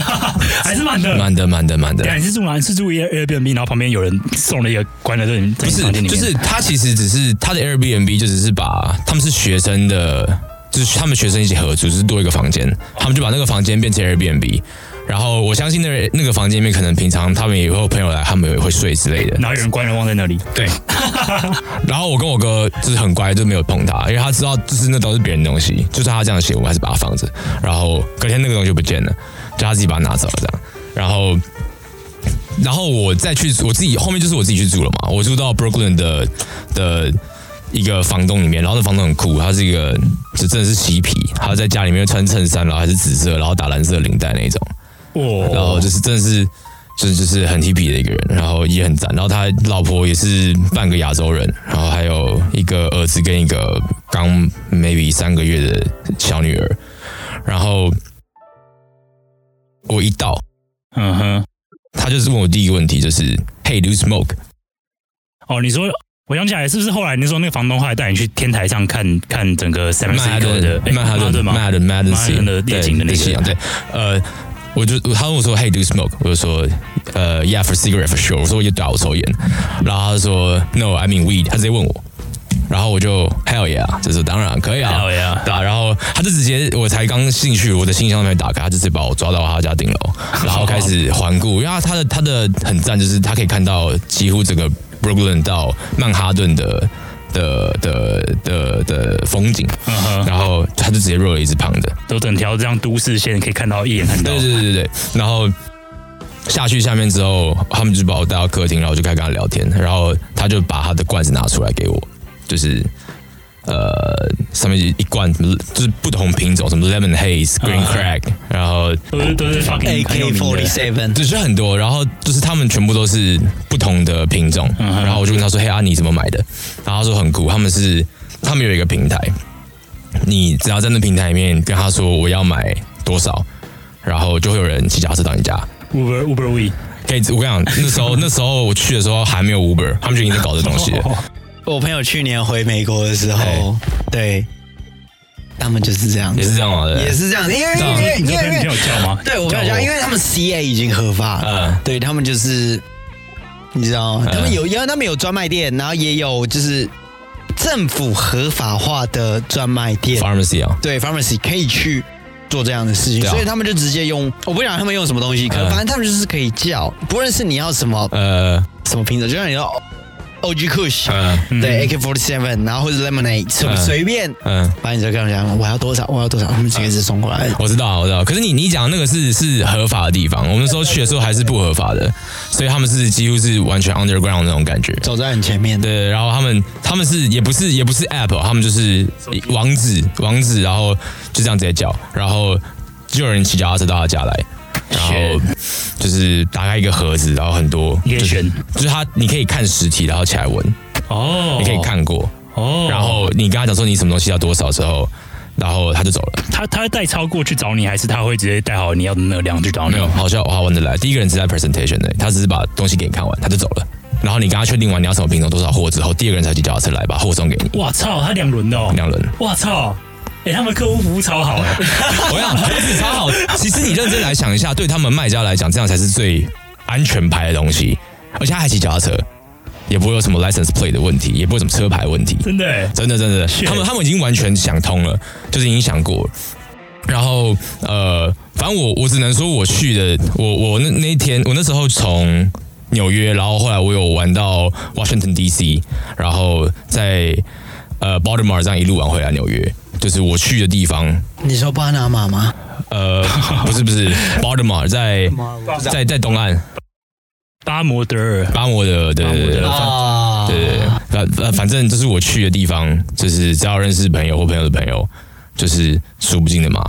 [SPEAKER 1] 还是满的。
[SPEAKER 2] 满的，满的，满的
[SPEAKER 1] 等一。下你是住哪？你是住 Air Airbnb，然后旁边有人送了一个关在这里，在
[SPEAKER 2] 不
[SPEAKER 1] 你
[SPEAKER 2] 是
[SPEAKER 1] 房间，里面。
[SPEAKER 2] 就是他其实只是他的 Airbnb 就只是把他们是学生的，就是他们学生一起合租，只是多一个房间，他们就把那个房间变成 Airbnb。然后我相信那个那个房间里面可能平常他们也会有朋友来，他们也会睡之类的。
[SPEAKER 1] 然后有人关了忘在那里。
[SPEAKER 2] 对， 然后我跟我哥就是很乖，就没有碰它，因为他知道就是那都是别人的东西，就算他这样写，我还是把它放着。然后隔天那个东西就不见了，就他自己把它拿走了这样。然后，然后我再去我自己后面就是我自己去住了嘛，我住到 Brooklyn 的的一个房东里面，然后那房东很酷，他是一个就真的是嬉皮，他在家里面穿衬衫，然后还是紫色，然后打蓝色领带那种。然后
[SPEAKER 1] 哇，
[SPEAKER 2] 就是真的是，就是就是很 hippy 的一个人，然后也很赞。然后他老婆也是半个亚洲人，然后还有一个儿子跟一个刚 maybe 三个月的小女儿。然后我一到，
[SPEAKER 1] 嗯哼，
[SPEAKER 2] 他就是问我第一个问题就是，Hey do you smoke？
[SPEAKER 1] 哦，你说，我想起来，是不是后来你说那个房东后来带你去天台上看看整个 San
[SPEAKER 2] 曼哈
[SPEAKER 1] Francisco
[SPEAKER 2] 顿
[SPEAKER 1] 的诶
[SPEAKER 2] 曼哈顿
[SPEAKER 1] 吗？
[SPEAKER 2] 曼哈顿曼哈顿
[SPEAKER 1] 曼哈顿的
[SPEAKER 2] 对
[SPEAKER 1] 夜景的那个
[SPEAKER 2] 夕阳对，呃，我就他问我说 Hey do you smoke？我就说呃 Yeah for cigarette for sure。我说我就打我抽烟，然后他说 No I mean weed。他直接问我，然后我就 Hell yeah，就是当然可以啊
[SPEAKER 1] Hell 哦 yeah
[SPEAKER 2] 对啊，然后他就直接我才刚进去，我的信箱都没打开，他就直接把我抓到他家顶楼，然后开始环顾，因为他他的他的很赞，就是他可以看到几乎整个 Brooklyn 到曼哈顿的。的的的的风景，
[SPEAKER 1] 嗯哼，
[SPEAKER 2] 然后他就直接弱了一只胖的。
[SPEAKER 1] 都整条这样都市线可以看到，一眼看到
[SPEAKER 2] 对。对对对对，然后下去下面之后，他们就把我带到客厅，然后我就开始跟他聊天，然后他就把他的罐子拿出来给我，就是。呃，上面一罐就是不同品种，什么 lemon haze、green
[SPEAKER 1] 啊
[SPEAKER 2] crack，、然后
[SPEAKER 1] 都是
[SPEAKER 2] 哎
[SPEAKER 1] 都是 fucking 很有
[SPEAKER 3] AK
[SPEAKER 1] 名的
[SPEAKER 3] forty seven，
[SPEAKER 2] 就是很多，然后就是他们全部都是不同的品种，然后我就问他说：“嘿啊，你怎么买的？”然后他说很酷，他们是他们有一个平台，你只要在那平台里面跟他说我要买多少，然后就会有人骑脚踏车到你家。
[SPEAKER 1] Uber Uber We，
[SPEAKER 2] 可以，我跟你讲，那时 候那时候我去的时候还没有 Uber，他们就已经在搞这东
[SPEAKER 1] 哦
[SPEAKER 2] 西了。
[SPEAKER 3] 哦我朋友去年回美国的时候
[SPEAKER 2] 嘿，
[SPEAKER 3] 对，他们就是这样
[SPEAKER 2] 也
[SPEAKER 3] 子，
[SPEAKER 2] 是这样嘛，对不
[SPEAKER 3] 也
[SPEAKER 2] 对？
[SPEAKER 3] 是这样子，因为因为
[SPEAKER 1] 哦你
[SPEAKER 3] 因
[SPEAKER 1] 有
[SPEAKER 3] 为
[SPEAKER 1] 你
[SPEAKER 3] 因
[SPEAKER 1] 有
[SPEAKER 3] 为，
[SPEAKER 1] 叫吗？
[SPEAKER 3] 对我跟你
[SPEAKER 2] 叫我
[SPEAKER 3] 讲，因为他们 CA 已经合法了，
[SPEAKER 2] 嗯，
[SPEAKER 3] 对他们就是，你知道吗？他们有，因为他们有专卖店，然后也有就是政府合法化的专卖店，
[SPEAKER 2] ，pharmacy 啊，
[SPEAKER 3] 对 pharmacy 可以去做这样的事情，
[SPEAKER 2] 对啊
[SPEAKER 3] 所以他们就直接用，我不讲他们用什么东西，可能
[SPEAKER 2] 嗯
[SPEAKER 3] 反正他们就是可以叫，不论是你要什么
[SPEAKER 2] 呃，
[SPEAKER 3] 什么品种，就像你要 OG Kush，
[SPEAKER 2] 嗯
[SPEAKER 3] 对 AK forty seven，然后或者 Lemonade，随
[SPEAKER 2] 嗯
[SPEAKER 3] 随便，
[SPEAKER 2] 嗯，
[SPEAKER 3] 把你这个讲，我要多少，我要多少，他们直接是送过来的。
[SPEAKER 2] 我知道，我知道。可是你你讲的那个是是合法的地方，我们那时候去的时候还是不合法的，所以他们是几乎是完全 underground 那种感觉。
[SPEAKER 3] 走在很前面的，
[SPEAKER 2] 对，然后他们他们是也不是也不是 app，他们就是网址网址，然后就这样直接叫，然后就有人骑脚踏车到他家来，然后就是打开一个盒子，然后很多
[SPEAKER 1] 猎
[SPEAKER 2] 就是
[SPEAKER 1] 犬
[SPEAKER 2] 就是他你可以看实体，然后起来闻，
[SPEAKER 1] 哦，
[SPEAKER 2] 你可以看过，
[SPEAKER 1] 哦，
[SPEAKER 2] 然后你跟他讲说你什么东西要多少之后，然后他就走了。
[SPEAKER 1] 他他会带超过去找你，还是他会直接带好你要的那个量去找你？
[SPEAKER 2] 没有，好笑，好玩的来。第一个人是在 presentation 的，他只是把东西给你看完，他就走了。然后你跟他确定完你要什么品种、多少货之后，第二个人才骑脚踏车来把货送给你。
[SPEAKER 1] 哇操，他两轮的哦，
[SPEAKER 2] 两轮，
[SPEAKER 1] 哇操，哎、他们客户服务超 好哎、
[SPEAKER 2] 我想盒子超好。其实你认真来想一下，对他们卖家来讲，这样才是最安全牌的东西，而且他还骑脚踏车，也不会有什么 license plate 的问题，也不会有什么车牌问题。
[SPEAKER 1] 真的哎、
[SPEAKER 2] 真的真的，
[SPEAKER 1] Shit
[SPEAKER 2] 他们他们已经完全想通了，就是已经想过了。然后呃，反正我我只能说我去的，我我那那一天我那时候从纽约，然后后来我有玩到 Washington D.C.，然后在呃 Baltimore 这样一路玩回来纽约，就是我去的地方。
[SPEAKER 3] 你说巴拿马吗？
[SPEAKER 2] 呃， 不是不是 Baltimore 在在在东岸
[SPEAKER 1] 巴摩德尔，
[SPEAKER 2] 巴摩的对对对
[SPEAKER 1] 巴摩德尔
[SPEAKER 3] 啊，
[SPEAKER 2] 对对，对反反反正就是我去的地方，就是只要认识朋友或朋友的朋友，就是数不尽的嘛。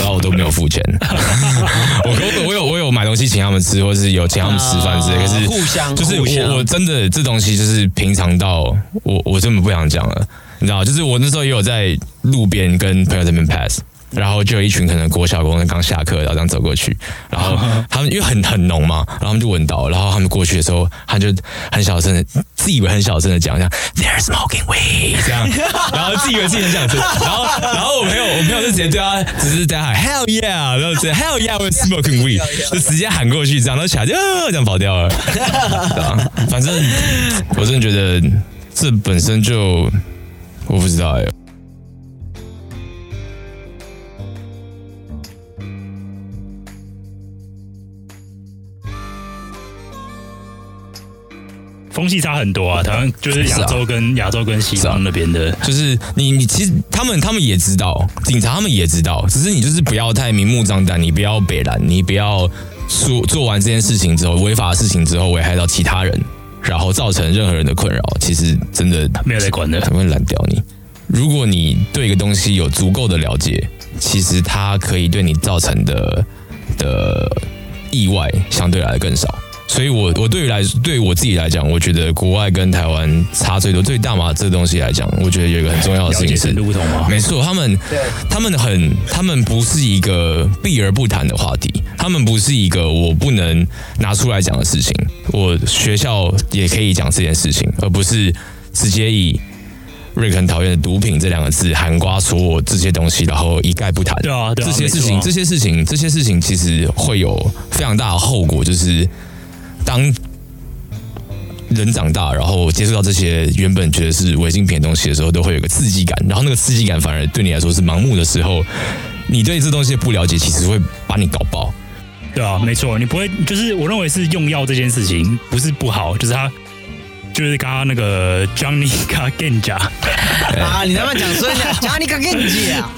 [SPEAKER 2] 然后我都没有付钱， 我我我有我有买东西请他们吃，或是有请他们吃饭之类，可是
[SPEAKER 3] 互相
[SPEAKER 2] 就是
[SPEAKER 3] 互相
[SPEAKER 2] 我我真的这东西就是平常到我我真的不想讲了，你知道，就是我那时候也有在路边跟朋友这边 pass。然后就有一群可能国小工人刚下课，然后这样走过去，然 后他们因为很很浓嘛，然后他们就闻到，然后他们过去的时候，他就很小声的，自以为很小声的讲一下 “They're smoking weed” 这样，然后自以为自己很小声，然后然后我朋友我朋友就直接对他只是在喊 “Hell yeah”，然后直接 “Hell yeah we're smoking weed”，就直接喊过去这样，然后起来就、啊这样跑掉了。对啊，反正我真的觉得这本身就我不知道哎、
[SPEAKER 1] 风气差很多啊，台湾就是亚洲跟亚洲跟西
[SPEAKER 2] 是啊
[SPEAKER 1] 方那边的，
[SPEAKER 2] 就是你你其实他们他们也知道，警察他们也知道，只是你就是不要太明目张胆，你不要北蓝，你不要说做完这件事情之后，违法的事情之后危害到其他人，然后造成任何人的困扰，其实真的
[SPEAKER 1] 没有在管的
[SPEAKER 2] 他会拦掉你。如果你对一个东西有足够的了解，其实它可以对你造成的的意外相对来的更少。所以我，我对于来对我自己来讲，我觉得国外跟台湾差最多。对大麻这东西来讲，我觉得有一个很重要的
[SPEAKER 1] 了
[SPEAKER 2] 事情
[SPEAKER 1] 解
[SPEAKER 2] 是
[SPEAKER 1] 程，度不同嘛。
[SPEAKER 2] 没错，他们他们很，他们不是一个避而不谈的话题，他们不是一个我不能拿出来讲的事情。我学校也可以讲这件事情，而不是直接以瑞克很讨厌的毒品这两个字含瓜所有这些东西，然后一概不谈。
[SPEAKER 1] 对啊对啊
[SPEAKER 2] 这些事
[SPEAKER 1] 没错
[SPEAKER 2] 情，
[SPEAKER 1] 啊
[SPEAKER 2] 这些事情，这些事情其实会有非常大的后果，就是当人长大，然后接触到这些原本觉得是违禁品的东西的时候，都会有个刺激感，然后那个刺激感反而对你来说是盲目的时候，你对这东西的不了解，其实会把你搞爆。
[SPEAKER 1] 对啊，没错，你不会就是我认为是用药这件事情不是不好，就是他就是刚刚那个 Johnny g a g e n j a
[SPEAKER 3] 啊，你他妈讲说一下，加尼卡根姐啊，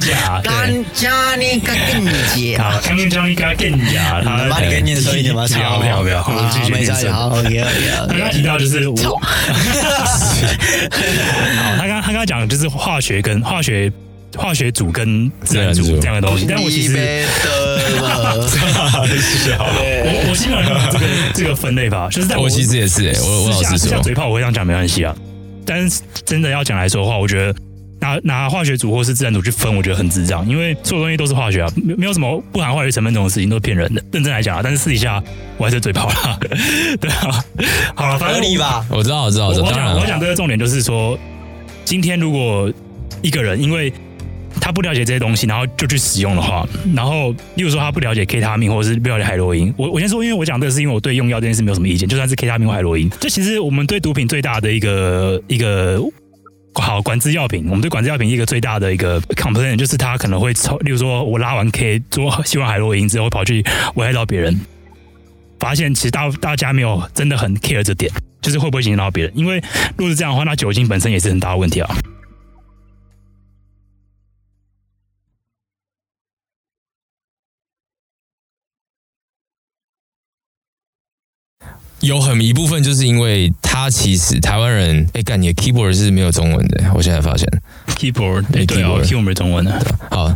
[SPEAKER 1] 假
[SPEAKER 3] 干加尼卡根姐，
[SPEAKER 1] 好，刚刚 Johnny g a g e n j a 他
[SPEAKER 3] 把你给念说一点吧，
[SPEAKER 1] 不要
[SPEAKER 3] 操
[SPEAKER 1] 不要不要，我继
[SPEAKER 3] 好
[SPEAKER 1] 续
[SPEAKER 3] 没
[SPEAKER 1] 念
[SPEAKER 3] 事，
[SPEAKER 1] 顺
[SPEAKER 3] 好，OK OK
[SPEAKER 1] 他刚刚提
[SPEAKER 3] OK，
[SPEAKER 1] 到就是我，好，他刚他刚刚讲的就是化学跟化学化学组跟自然
[SPEAKER 2] 自
[SPEAKER 1] 组
[SPEAKER 2] 然组
[SPEAKER 1] 这样的东西，但我其实 我我基本上这个这个分类吧，就是在
[SPEAKER 2] 我其实也是、欸，我我老
[SPEAKER 1] 私下
[SPEAKER 2] 实
[SPEAKER 1] 私下
[SPEAKER 2] 说，
[SPEAKER 1] 嘴炮我会这样讲没关系啊，但是真的要讲来说的话，我觉得。拿拿化学组或是自然组去分，我觉得很智障，因为所有东西都是化学啊，没没有什么不含化学成分这种事情都是骗人的。认真来讲啊，但是私底下我还是嘴炮啦， 对啊，好了，反
[SPEAKER 3] 合
[SPEAKER 1] 正
[SPEAKER 3] 理吧？
[SPEAKER 2] 我知道，我知道，我知
[SPEAKER 1] 我
[SPEAKER 2] 道，
[SPEAKER 1] 我
[SPEAKER 2] 当然
[SPEAKER 1] 讲
[SPEAKER 2] 了
[SPEAKER 1] 我讲这个重点就是说，今天如果一个人因为他不了解这些东西，然后就去使用的话，然后例如说他不了解 K 他命或者是不了解海洛因，我我先说，因为我讲这个是因为我对用药这件事没有什么意见，就算是 K 他命或海洛因，这其实我们对毒品最大的一个一个。好，管制药品，我们对管制药品一个最大的一个 complaint 就是它可能会抽，例如说我拉完 K 做吸完海洛因之后，跑去危害到别人，发现其实大大家没有真的很 care 这点，就是会不会影响到别人？因为如果是这样的话，那酒精本身也是很大的问题啊。
[SPEAKER 2] 有很一部分就是因为他其实台湾人，哎、干你的 keyboard 是没有中文的，我现在发现。
[SPEAKER 1] Keyboard，
[SPEAKER 2] 对
[SPEAKER 1] 对啊
[SPEAKER 2] keyboard
[SPEAKER 1] ，keyboard 没有中文的，
[SPEAKER 2] 好，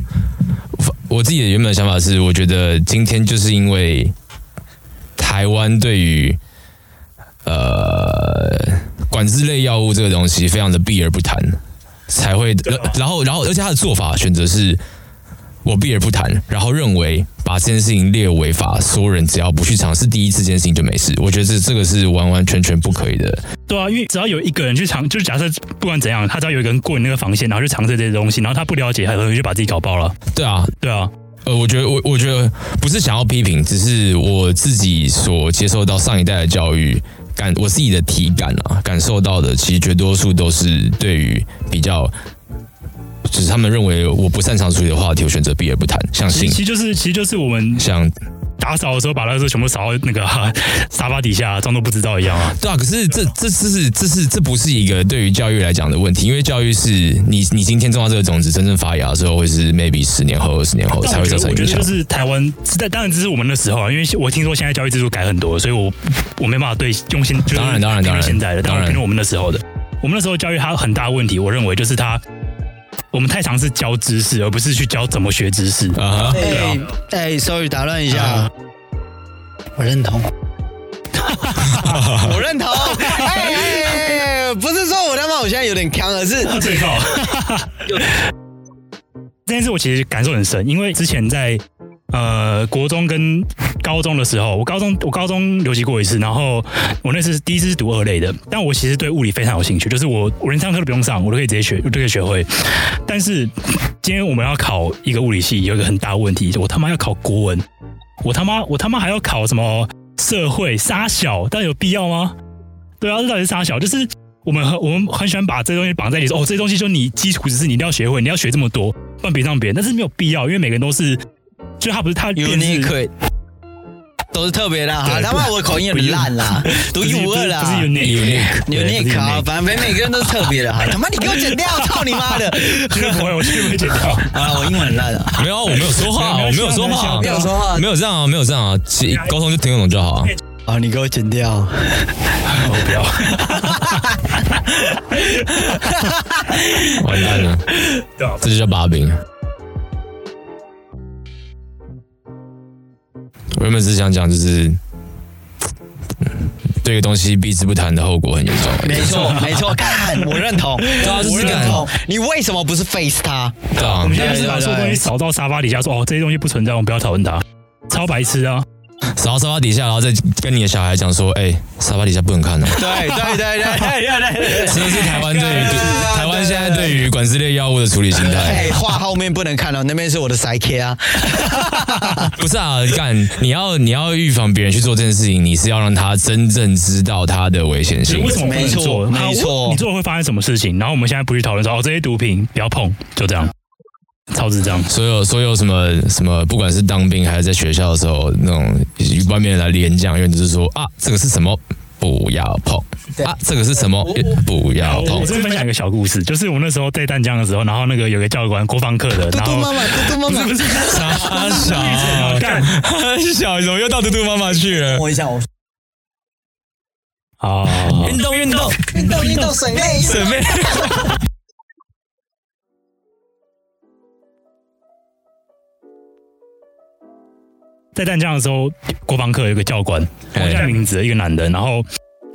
[SPEAKER 2] 我我自己的原本的想法是，我觉得今天就是因为台湾对于呃管制类药物这个东西非常的避而不谈，才会、
[SPEAKER 1] 啊
[SPEAKER 2] 然后然后而且他的做法选择是。我避而不谈，然后认为把这件事情列为法，所有人只要不去尝试第一次这件事情就没事。我觉得这这个是完完全全不可以的。
[SPEAKER 1] 对啊，因为只要有一个人去尝，就是假设不管怎样，他只要有一个人过你那个防线，然后去尝试这些东西，然后他不了解，很容易就把自己搞爆了。
[SPEAKER 2] 对啊，
[SPEAKER 1] 对啊，
[SPEAKER 2] 呃，我觉得我我觉得不是想要批评，只是我自己所接受到上一代的教育感，我自己的体感啊，感受到的，其实绝多数都是对于比较，就是他们认为我不擅长处理的话题，我选择避而不谈，像
[SPEAKER 1] 其
[SPEAKER 2] 性
[SPEAKER 1] 其，实就是其实就是我们
[SPEAKER 2] 像
[SPEAKER 1] 打扫的时候把垃圾全部扫到那个、 哈沙发底下，装作不知道一样啊。
[SPEAKER 2] 对啊，可是这这这是这是这不是一个对于教育来讲的问题，因为教育是你你今天种下这个种子，真正发芽的时候，会是 maybe 十年后、二十年后
[SPEAKER 1] 但
[SPEAKER 2] 才
[SPEAKER 1] 我
[SPEAKER 2] 会
[SPEAKER 1] 觉得，
[SPEAKER 2] 造成
[SPEAKER 1] 我觉
[SPEAKER 2] 影
[SPEAKER 1] 得
[SPEAKER 2] 响
[SPEAKER 1] 就。是台湾，但当然这是我们那时候啊，因为我听说现在教育制度改很多，所以我我没办法对用现就是
[SPEAKER 2] 当然当然
[SPEAKER 1] 评论
[SPEAKER 2] 当然
[SPEAKER 1] 现在的，当
[SPEAKER 2] 当
[SPEAKER 1] 然
[SPEAKER 2] 然
[SPEAKER 1] 评论我们那时候的，我们那时候教育它很大的问题，我认为就是它我们太常是教知识，而不是去教怎么学知识。
[SPEAKER 2] 啊哈，
[SPEAKER 3] 哎哎，sorry，打乱一下，我认 同，我认同。哎哎哎哎不是说我他妈我现在有点扛，而是
[SPEAKER 1] 最高。 这件事我其实感受很深，因为之前在呃国中跟高中的时候，我高中我高中留级过一次，然后我那次是第一次是读二类的，但我其实对物理非常有兴趣，就是我我连上课都不用上，我都可以直接学，我都可以学会。但是今天我们要考一个物理系，有一个很大的问题，我他妈要考国文，我他妈我他妈还要考什么社会杀小，但有必要吗？对啊，这到底是杀小？就是我们很我们很喜欢把这东西绑在一起，说哦，这东西就你基础知识，你一定要学会，你要学这么多，不然别让别人。但是没有必要，因为每个人都是，就他不是他变是
[SPEAKER 3] unique 都是特别的啊。
[SPEAKER 1] 对
[SPEAKER 3] 他妈我的口音有点烂啦，独
[SPEAKER 1] 不
[SPEAKER 3] 一
[SPEAKER 1] 是
[SPEAKER 3] 无二啦
[SPEAKER 1] 不。是 unique，unique
[SPEAKER 3] 有 n i c 啊，反正每每个人都是特别 的哈，啊他妈你给我剪掉，操你妈的！
[SPEAKER 1] 不会，我绝对不会剪 掉。
[SPEAKER 3] 啊，我英文很烂 啊，
[SPEAKER 2] 没有啊，我没有说话啊，我没有说话啊
[SPEAKER 3] 不，要说话
[SPEAKER 2] 没有这样啊，没有这样啊，其实沟通就听得懂就好 啊。
[SPEAKER 3] 啊，你给我剪掉。
[SPEAKER 1] 我不要，
[SPEAKER 2] 完蛋了，
[SPEAKER 1] 对啊
[SPEAKER 2] 这就叫把柄。我原本只想讲，就是嗯对一个东西避之不谈的后果很严重。
[SPEAKER 3] 没错，没错，看，我认同，
[SPEAKER 2] 啊就是
[SPEAKER 3] 我认
[SPEAKER 2] 干
[SPEAKER 3] 同。你为什么不是 face 他？
[SPEAKER 2] 对 啊
[SPEAKER 1] 我们，现在就是把
[SPEAKER 3] 对对对
[SPEAKER 1] 所有东西扫到沙发底下，说哦，这些东西不存在，我们不要讨论它，超白痴啊！
[SPEAKER 2] 扫到沙发底下，然后再跟你的小孩讲说：“哎、沙发底下不能看哦。
[SPEAKER 3] 对对对对对对对”
[SPEAKER 2] 这就是台湾对于
[SPEAKER 3] 对
[SPEAKER 2] 台湾现在对于管制类药物的处理心态。
[SPEAKER 3] 哎，画后面不能看哦，那边是我的 psyche 啊。
[SPEAKER 2] 不是啊，干你要你要预防别人去做这件事情，你是要让他真正知道它的危险性。
[SPEAKER 1] 为什么不能做？
[SPEAKER 3] 没错没错
[SPEAKER 1] 啊我你做了会发生什么事情？然后我们现在不去讨论说哦，这些毒品不要碰，就这样，超智障。
[SPEAKER 2] 所有所有什么什么，不管是当兵还是在学校的时候，那种外面来演讲，因为就是说啊，这个是什么不要碰啊，这个是什么不要
[SPEAKER 1] 我
[SPEAKER 2] 碰
[SPEAKER 1] 哦我。这边分享一个小故事，就是我那时候在淡江的时候，然后那个有个教官，国防课的，
[SPEAKER 3] 嘟
[SPEAKER 1] 然
[SPEAKER 3] 嘟
[SPEAKER 1] 后
[SPEAKER 3] 妈妈，嘟嘟妈妈，
[SPEAKER 2] 傻小
[SPEAKER 1] 干
[SPEAKER 2] 小，怎么又到嘟嘟妈妈去了？
[SPEAKER 3] 摸一下我。
[SPEAKER 1] 啊，
[SPEAKER 2] 运动运动，
[SPEAKER 3] 运动运动，水妹。
[SPEAKER 2] 准备。
[SPEAKER 1] 在淡江的时候，国防课有一个教官，我忘记他名字了，一个男的，然后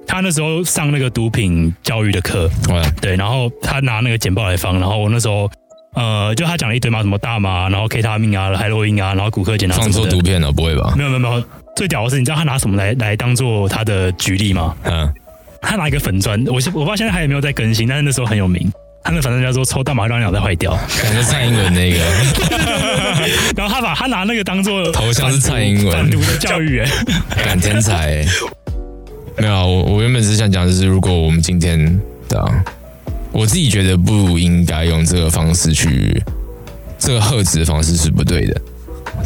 [SPEAKER 1] 他那时候上那个毒品教育的课，
[SPEAKER 2] 哇，
[SPEAKER 1] 对，然后他拿那个简报来放，然后我那时候。呃，就他讲了一堆嘛，什么大麻，然后 K 他命啊、海洛因啊，然后骨科碱啊，
[SPEAKER 2] 放错毒片了，不会吧？
[SPEAKER 1] 没有没有没有，最屌的是，你知道他拿什么来来当做他的举例吗？
[SPEAKER 2] 嗯，
[SPEAKER 1] 他拿一个粉砖，我是我不知道现在还有没有在更新，但是那时候很有名。他那粉砖叫做“抽大麻会让脑袋坏掉
[SPEAKER 2] 感觉蔡英文那个，”，
[SPEAKER 1] 然后他把他拿那个当做
[SPEAKER 2] 头像是蔡英文
[SPEAKER 1] 反毒的教育、欸，
[SPEAKER 2] 感天才欸。没有啊，我我原本是想讲，就是如果我们今天对啊，我自己觉得不应该用这个方式去，这个喝止的方式是不对的，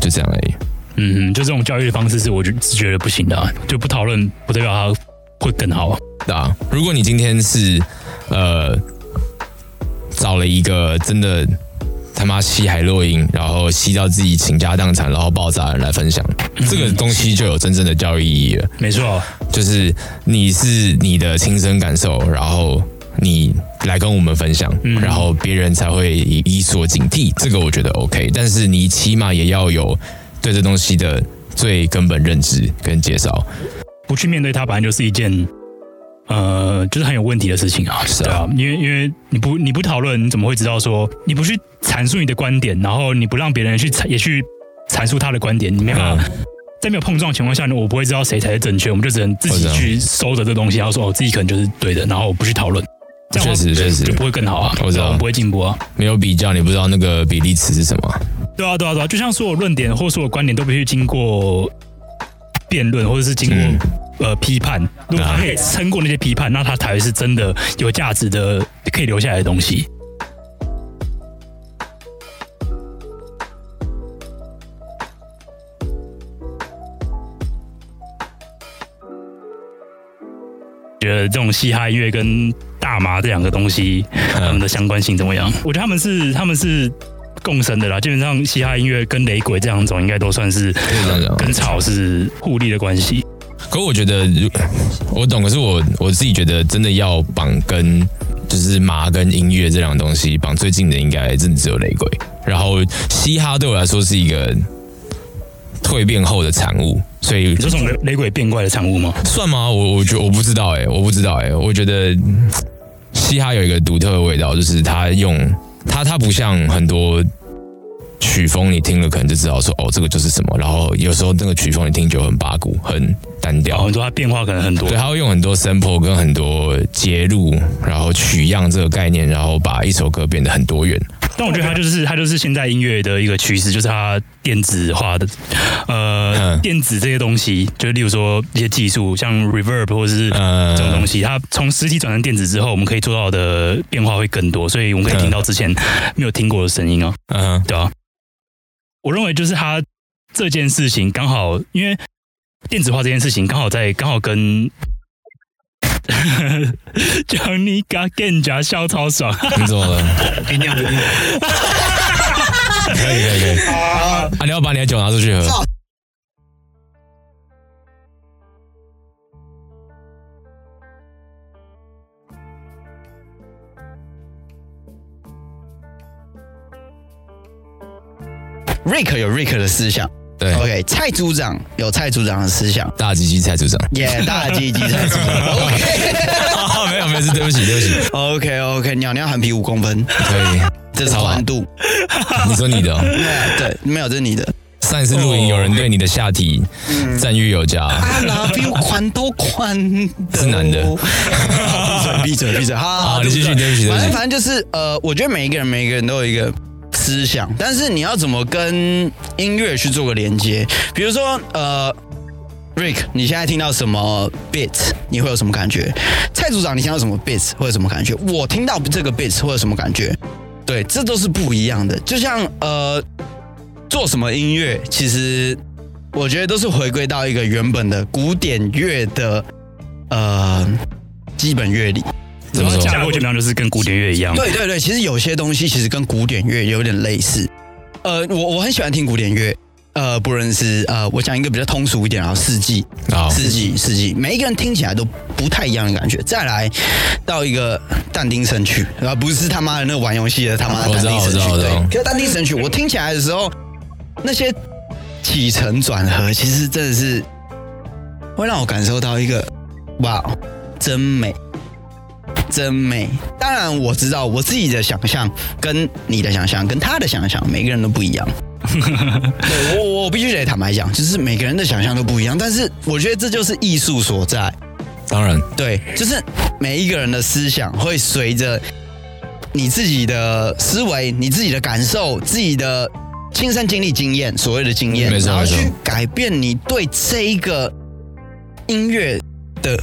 [SPEAKER 2] 就这样而已。
[SPEAKER 1] 嗯，就这种教育的方式是我觉是觉得不行的啊、就不讨论不代表他会更好。
[SPEAKER 2] 对啊，如果你今天是呃找了一个真的他妈吸海洛因，然后吸到自己倾家荡产，然后爆炸的人来分享，这个东西就有真正的教育意义了。
[SPEAKER 1] 没错，
[SPEAKER 2] 就是你是你的亲身感受，然后你来跟我们分享，然后别人才会以以所警惕。这个我觉得 OK，但是你起码也要有对这东西的最根本认知跟介绍。
[SPEAKER 1] 不去面对它，本来就是一件呃，就是很有问题的事情啊。
[SPEAKER 2] 是啊
[SPEAKER 1] 对啊，因为因为你不你不讨论，你怎么会知道说你不去阐述你的观点，然后你不让别人去阐也去阐述他的观点，你没办法。
[SPEAKER 2] 嗯
[SPEAKER 1] 在没有碰撞的情况下呢，我不会知道谁才是正确，我们就只能自己
[SPEAKER 2] 我知道
[SPEAKER 1] 去收着这东西，然后说哦，自己可能就是对的，然后我不去讨论，这样的话
[SPEAKER 2] 确实确实
[SPEAKER 1] 就不会更好啊，
[SPEAKER 2] 我知
[SPEAKER 1] 对
[SPEAKER 2] 道
[SPEAKER 1] 啊我们不会进步啊。
[SPEAKER 2] 没有比较，你不知道那个比例尺是什么。
[SPEAKER 1] 对啊，对啊，对啊，就像所有论点或所有观点都必须经过辩论，或者是经过、
[SPEAKER 2] 嗯
[SPEAKER 1] 呃批判。如果他可以撑过那些批判，那他才是真的有价值的，可以留下来的东西。觉得这种嘻哈音乐跟大麻这两个东西，他们的相关性怎么样？我觉得他们是他们是共生的啦，基本上嘻哈音乐跟雷鬼这两种应该都算是呃
[SPEAKER 2] 以这样讲
[SPEAKER 1] 跟草是互利的关系。
[SPEAKER 2] 可我觉得，如我懂，可是我我自己觉得，真的要绑跟就是麻跟音乐这两个东西绑最近的，应该真的只有雷鬼。然后嘻哈对我来说是一个蜕变后的产物，所以
[SPEAKER 1] 你说从雷雷鬼变怪的产物吗？
[SPEAKER 2] 算吗？我我觉我不知道哎、我不知道哎、我觉得嗯嘻哈有一个独特的味道，就是它用它它不像很多曲风，你听了可能就知道说哦这个就是什么，然后有时候那个曲风你听久很八股，很单调
[SPEAKER 1] 哦，。你说它变化可能很多
[SPEAKER 2] 对，，他啊会用很多 sample 跟很多节录，然后取样这个概念，然后把一首歌变得很多元。
[SPEAKER 1] 但我觉得它就是它就是现在音乐的一个趋势，就是它电子化的，呃，
[SPEAKER 2] 嗯
[SPEAKER 1] 电子这些东西，就是例如说一些技术，像 reverb 或者是
[SPEAKER 2] 嗯
[SPEAKER 1] 这种东西，它从实体转成电子之后，我们可以做到的变化会更多，所以我们可
[SPEAKER 2] 嗯
[SPEAKER 1] 以听到之前没有听过的声音啊。
[SPEAKER 2] 嗯哼，
[SPEAKER 1] 对啊，我认为就是他这件事情刚好，因为电子化这件事情刚好在刚好跟 Johnny g a g a n 夹笑超爽，
[SPEAKER 2] 你怎么了？可以可以可以。
[SPEAKER 3] 啊，
[SPEAKER 2] 啊，你要把你的酒拿出去喝。
[SPEAKER 3] 操瑞克有瑞克的思想
[SPEAKER 2] 对，
[SPEAKER 3] ，OK，蔡组长有蔡组长的思想，
[SPEAKER 2] 大吉吉蔡组长。
[SPEAKER 3] 耶、大吉吉蔡组长
[SPEAKER 2] 没有没有，是对不起对不起。
[SPEAKER 3] ，OK，OK OK，鸟鸟含皮五公分，
[SPEAKER 2] 可以，
[SPEAKER 3] 这是
[SPEAKER 2] 好啊
[SPEAKER 3] 宽度，
[SPEAKER 2] 你说你的哦、
[SPEAKER 3] 对啊对，没有这是你的，
[SPEAKER 2] 上一次录影有人对你的下体赞誉有加，
[SPEAKER 3] I love you，宽都 宽的
[SPEAKER 2] 是男的
[SPEAKER 3] 好闭嘴闭嘴闭嘴，好好
[SPEAKER 2] 好你继续对不起对不起
[SPEAKER 3] 反正反正就是呃，我觉得每一个人每一个人都有一个思想，但是你要怎么跟音乐去做个连接？比如说呃。Rick，你现在听到什么 beat，你会有什么感觉？蔡组长，你听到什么 beat 会有什么感觉？我听到这个 beat 会有什么感觉？对，这都是不一样的。就像呃，做什么音乐，其实我觉得都是回归到一个原本的古典乐的呃基本乐理。
[SPEAKER 2] 怎么
[SPEAKER 1] 架
[SPEAKER 2] 说？
[SPEAKER 1] 构基本上就是跟古典乐一样。
[SPEAKER 3] 对对对，其实有些东西其实跟古典乐有点类似。呃，我我很喜欢听古典乐，呃，不论是呃，我讲一个比较通俗一点啊，四季，
[SPEAKER 2] 好，
[SPEAKER 3] 四季，四季，每一个人听起来都不太一样的感觉。再来到一个但丁神曲，啊，不是他妈的那个玩游戏的他妈的
[SPEAKER 2] 我
[SPEAKER 3] 但
[SPEAKER 2] 知道
[SPEAKER 3] 丁神曲，
[SPEAKER 2] 我知道我
[SPEAKER 3] 对
[SPEAKER 2] 知道。
[SPEAKER 3] 可是但丁神曲，我听起来的时候，那些起承转合，其实真的是会让我感受到一个哇，哦真美。真美，当然我知道我自己的想象跟你的想象跟他的想象，每个人都 不一样。对我我必须得坦白讲，就是每个人的想象都不一样，但是我觉得这就是艺术所在。
[SPEAKER 2] 当然，
[SPEAKER 3] 对，就是每一个人的思想会随着你自己的思维、你自己的感受、自己的亲身经历、经验，所谓的经验，
[SPEAKER 2] 没错
[SPEAKER 3] 然后
[SPEAKER 2] 没错
[SPEAKER 3] 去改变你对这一个音乐的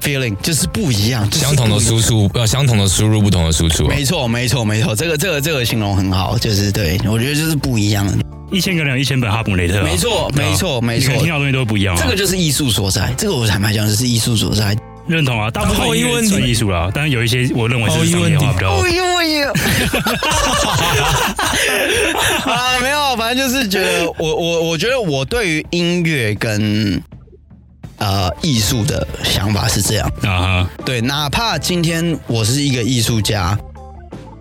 [SPEAKER 3] feeling，就是不一样，就是
[SPEAKER 2] 相同的
[SPEAKER 3] 不一样
[SPEAKER 2] 输出呃，相同的输入，不同的输出啊。
[SPEAKER 3] 没错，没错，没错，这个这个这个形容很好，就是对我觉得就是不一样
[SPEAKER 2] 哦
[SPEAKER 3] 的。
[SPEAKER 1] 一千个人有一千本哈姆雷特啊，
[SPEAKER 3] 没错，
[SPEAKER 1] 对啊
[SPEAKER 3] 没错，没
[SPEAKER 1] 每个人
[SPEAKER 3] 错
[SPEAKER 1] 听。到的东西都不一样啊。
[SPEAKER 3] 这个就是艺术所在，这个我坦白讲就是艺术所在。
[SPEAKER 1] 认同啊，大部
[SPEAKER 2] 后
[SPEAKER 1] 分
[SPEAKER 2] 羿
[SPEAKER 1] 音乐
[SPEAKER 2] 问题
[SPEAKER 1] 算艺术啦，但是有一些我认为
[SPEAKER 2] 后
[SPEAKER 1] 是
[SPEAKER 2] 羿
[SPEAKER 1] 商
[SPEAKER 2] 问
[SPEAKER 1] 业
[SPEAKER 2] 题
[SPEAKER 1] 化比较。
[SPEAKER 3] 呦哎呦！ 啊，没有，反正就是觉得我我我觉得我对于音乐跟呃艺术的想法是这样。
[SPEAKER 1] 啊哈，
[SPEAKER 3] 对，哪怕今天我是一个艺术家，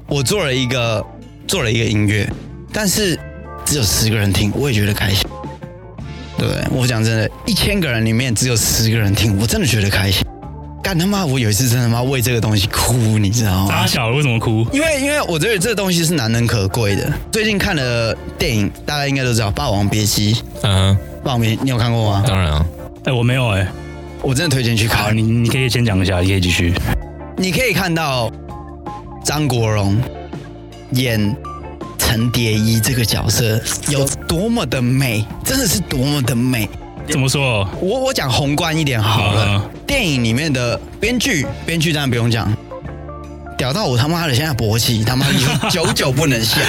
[SPEAKER 3] 我做了一个做了一个音乐，但是只有十个人听，我也觉得开心。对我讲真的，一千个人里面只有十个人听，我真的觉得开心。干他妈！我有一次真的妈为这个东西哭，你知道吗
[SPEAKER 1] 阿？小为什么哭？
[SPEAKER 3] 因为因为我觉得这个东西是难能可贵的。最近看了电影，大家应该都知道《霸王别姬》。
[SPEAKER 2] 嗯哼，
[SPEAKER 3] 霸王别，你有看过吗？
[SPEAKER 2] 当然啊，
[SPEAKER 1] 哎，我没有哎。
[SPEAKER 3] 我真的推荐去
[SPEAKER 1] 好，
[SPEAKER 3] 看。
[SPEAKER 1] 你你可以先讲一下，你可以继续。
[SPEAKER 3] 你可以看到张国荣演陈蝶衣这个角色有多么的美，真的是多么的美。
[SPEAKER 1] 怎么说？
[SPEAKER 3] 我我讲宏观一点好啊了，
[SPEAKER 1] 嗯
[SPEAKER 3] 电影里面的编剧，编剧当然不用讲。屌到我他妈的现在勃起，他妈以后 久久不能下。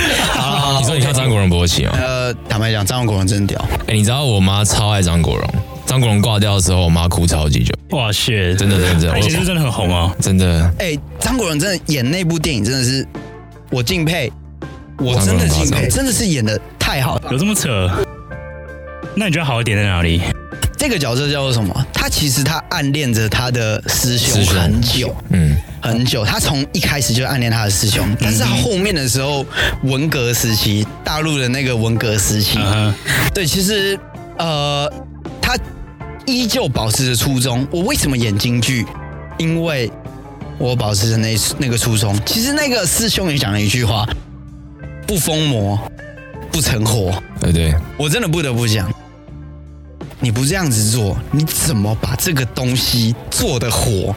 [SPEAKER 2] 你说你看张国荣勃起吗？
[SPEAKER 3] 呃，坦白讲，张国荣真屌，
[SPEAKER 2] 哎，你知道我妈超爱张国荣，张国荣挂掉的时候，我妈哭超级久，
[SPEAKER 1] 哇塞，
[SPEAKER 2] 真的真的真的
[SPEAKER 1] 他以前是真的很红啊。
[SPEAKER 2] 真的。
[SPEAKER 3] 哎、张国荣真的演那部电影真的是我敬佩，我真
[SPEAKER 2] 张国荣
[SPEAKER 3] 的
[SPEAKER 2] 夸
[SPEAKER 3] 敬
[SPEAKER 2] 张
[SPEAKER 3] 佩，真的是演的太好了。
[SPEAKER 2] 嗯
[SPEAKER 1] 有这么扯？那你觉得好的点在哪里？
[SPEAKER 3] 这个角色叫做什么？他其实他暗恋着他的师兄
[SPEAKER 2] 师兄
[SPEAKER 3] 很久
[SPEAKER 2] 嗯，
[SPEAKER 3] 很久，他从一开始就暗恋他的师兄，但是他后面的时候，文革时期，大陆的那个文革时期，
[SPEAKER 2] 呃
[SPEAKER 1] 啊
[SPEAKER 3] 对，其实呃，他依旧保持着初衷。我为什么演京剧？因为我保持着那那个初衷。其实那个师兄也讲了一句话：不疯魔，不成活。
[SPEAKER 2] 对对，
[SPEAKER 3] 我真的不得不讲，你不这样子做，你怎么把这个东西做得火？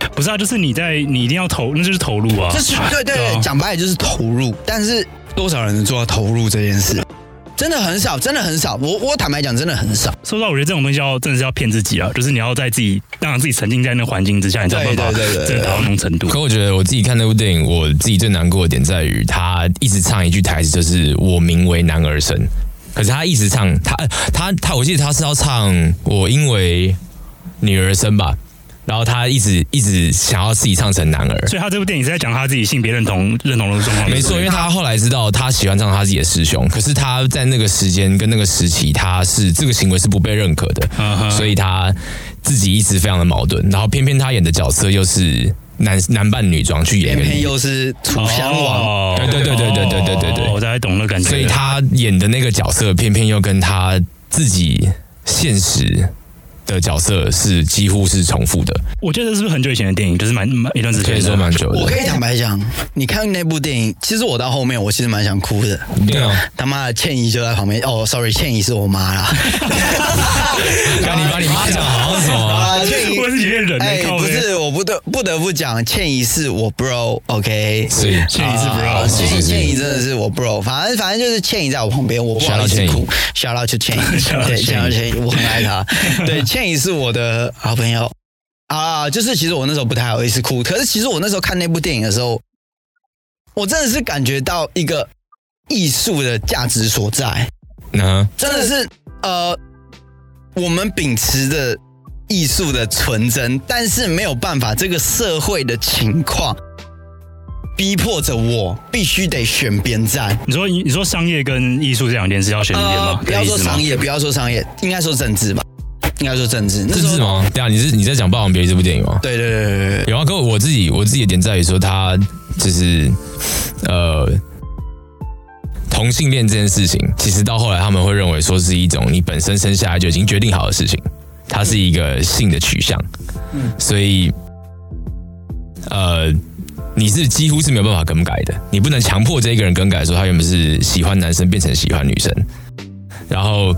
[SPEAKER 1] 哈，不是啊，就是你在，你一定要投，那就是投入啊。
[SPEAKER 3] 这是对对对，
[SPEAKER 1] 啊
[SPEAKER 3] 讲白了就是投入，但是多少人能做到投入这件事？真的很少，真的很少。我我坦白讲，真的很少。
[SPEAKER 1] 说实话，我觉得这种东西要真的是要骗自己啊，就是你要在自己让自己沉浸在那个环境之下，你才有办法
[SPEAKER 3] 对对对对
[SPEAKER 1] 真的达到那种程度。
[SPEAKER 2] 可我觉得我自己看那部电影，我自己最难过的点在于，他一直唱一句台词，就是“我名为男儿身”，可是他一直唱，他他他，我记得他是要唱“我因为女儿身”吧，然后他一直一直想要自己唱成男儿。
[SPEAKER 1] 所以他这部电影是在讲他自己性别认同认同的状况。
[SPEAKER 2] 没错，因为他后来知道他喜欢上他自己的师兄，可是他在那个时间跟那个时期，他是这个行为是不被认可的，
[SPEAKER 3] 啊
[SPEAKER 1] 嗯哼
[SPEAKER 2] 所以他自己一直非常的矛盾。然后偏偏他演的角色又是男男扮女装去演一
[SPEAKER 3] 偏
[SPEAKER 2] 个
[SPEAKER 3] 偏又是楚襄王，
[SPEAKER 1] 哦
[SPEAKER 2] 对对对对对对对对对
[SPEAKER 1] 哦我大概懂那感觉了。
[SPEAKER 2] 所以他演的那个角色，偏偏又跟他自己现实的角色是几乎是重复的，
[SPEAKER 1] 我觉得这是不是很久以前的电影？就是蛮蛮一段时间
[SPEAKER 2] 可
[SPEAKER 1] 的
[SPEAKER 2] 以说蛮久
[SPEAKER 3] 我可
[SPEAKER 2] 的。
[SPEAKER 3] 以坦白讲，你看那部电影，其实我到后面我其实蛮想哭的。
[SPEAKER 2] 对啊，
[SPEAKER 3] 他妈的，倩怡就在旁边。哦，sorry，倩怡是我 妈啦。
[SPEAKER 2] 看你把你妈讲好像什 么？
[SPEAKER 3] 啊，倩怡
[SPEAKER 1] 我是里面人呢欸
[SPEAKER 3] 哎、
[SPEAKER 1] 靠
[SPEAKER 3] 不
[SPEAKER 1] 背
[SPEAKER 3] 是，我不得不得不讲，倩怡是我 bro，OK、
[SPEAKER 2] 所以
[SPEAKER 1] 倩怡是 bro
[SPEAKER 3] 啊
[SPEAKER 2] 是
[SPEAKER 3] 倩
[SPEAKER 2] 是是
[SPEAKER 3] 怡倩怡真的是我 bro，反正反正就是倩怡在我旁边，我不好意
[SPEAKER 2] Shout
[SPEAKER 3] 思
[SPEAKER 2] out
[SPEAKER 3] 哭。shout out to 倩怡，
[SPEAKER 1] Shout out
[SPEAKER 3] 对，
[SPEAKER 1] 倩
[SPEAKER 3] shout
[SPEAKER 1] 怡
[SPEAKER 3] out 倩怡，我很爱她。 对，倩怡是我的好朋友啊。就是其实我那时候不太好意思哭，可是其实我那时候看那部电影的时候，我真的是感觉到一个艺术的价值所在，
[SPEAKER 2] 嗯，
[SPEAKER 3] 真的是呃，我们秉持的艺术的纯真，但是没有办法，这个社会的情况逼迫着我必须得选边站。呃
[SPEAKER 1] 你说你说商业跟艺术这两件事要选一点
[SPEAKER 2] 呃
[SPEAKER 1] 吗？
[SPEAKER 3] 不要
[SPEAKER 1] 这个
[SPEAKER 3] 说
[SPEAKER 1] 意思吗
[SPEAKER 3] 商业，不要说商业，应该说政治吧，应该说政治。那
[SPEAKER 2] 这
[SPEAKER 3] 时候
[SPEAKER 2] 是？吗？对啊，你是你在讲《霸王别姬》这部电影吗？
[SPEAKER 3] 对对对对对对，
[SPEAKER 2] 有啊，可我自己我自己的点在于说，他就是呃同性恋这件事情，其实到后来他们会认为说是一种你本身生下来就已经决定好的事情，它是一个性的取向，所以呃。你是几乎是没有办法更改的，你不能强迫这一个人更改，说他原本是喜欢男生变成喜欢女生，然后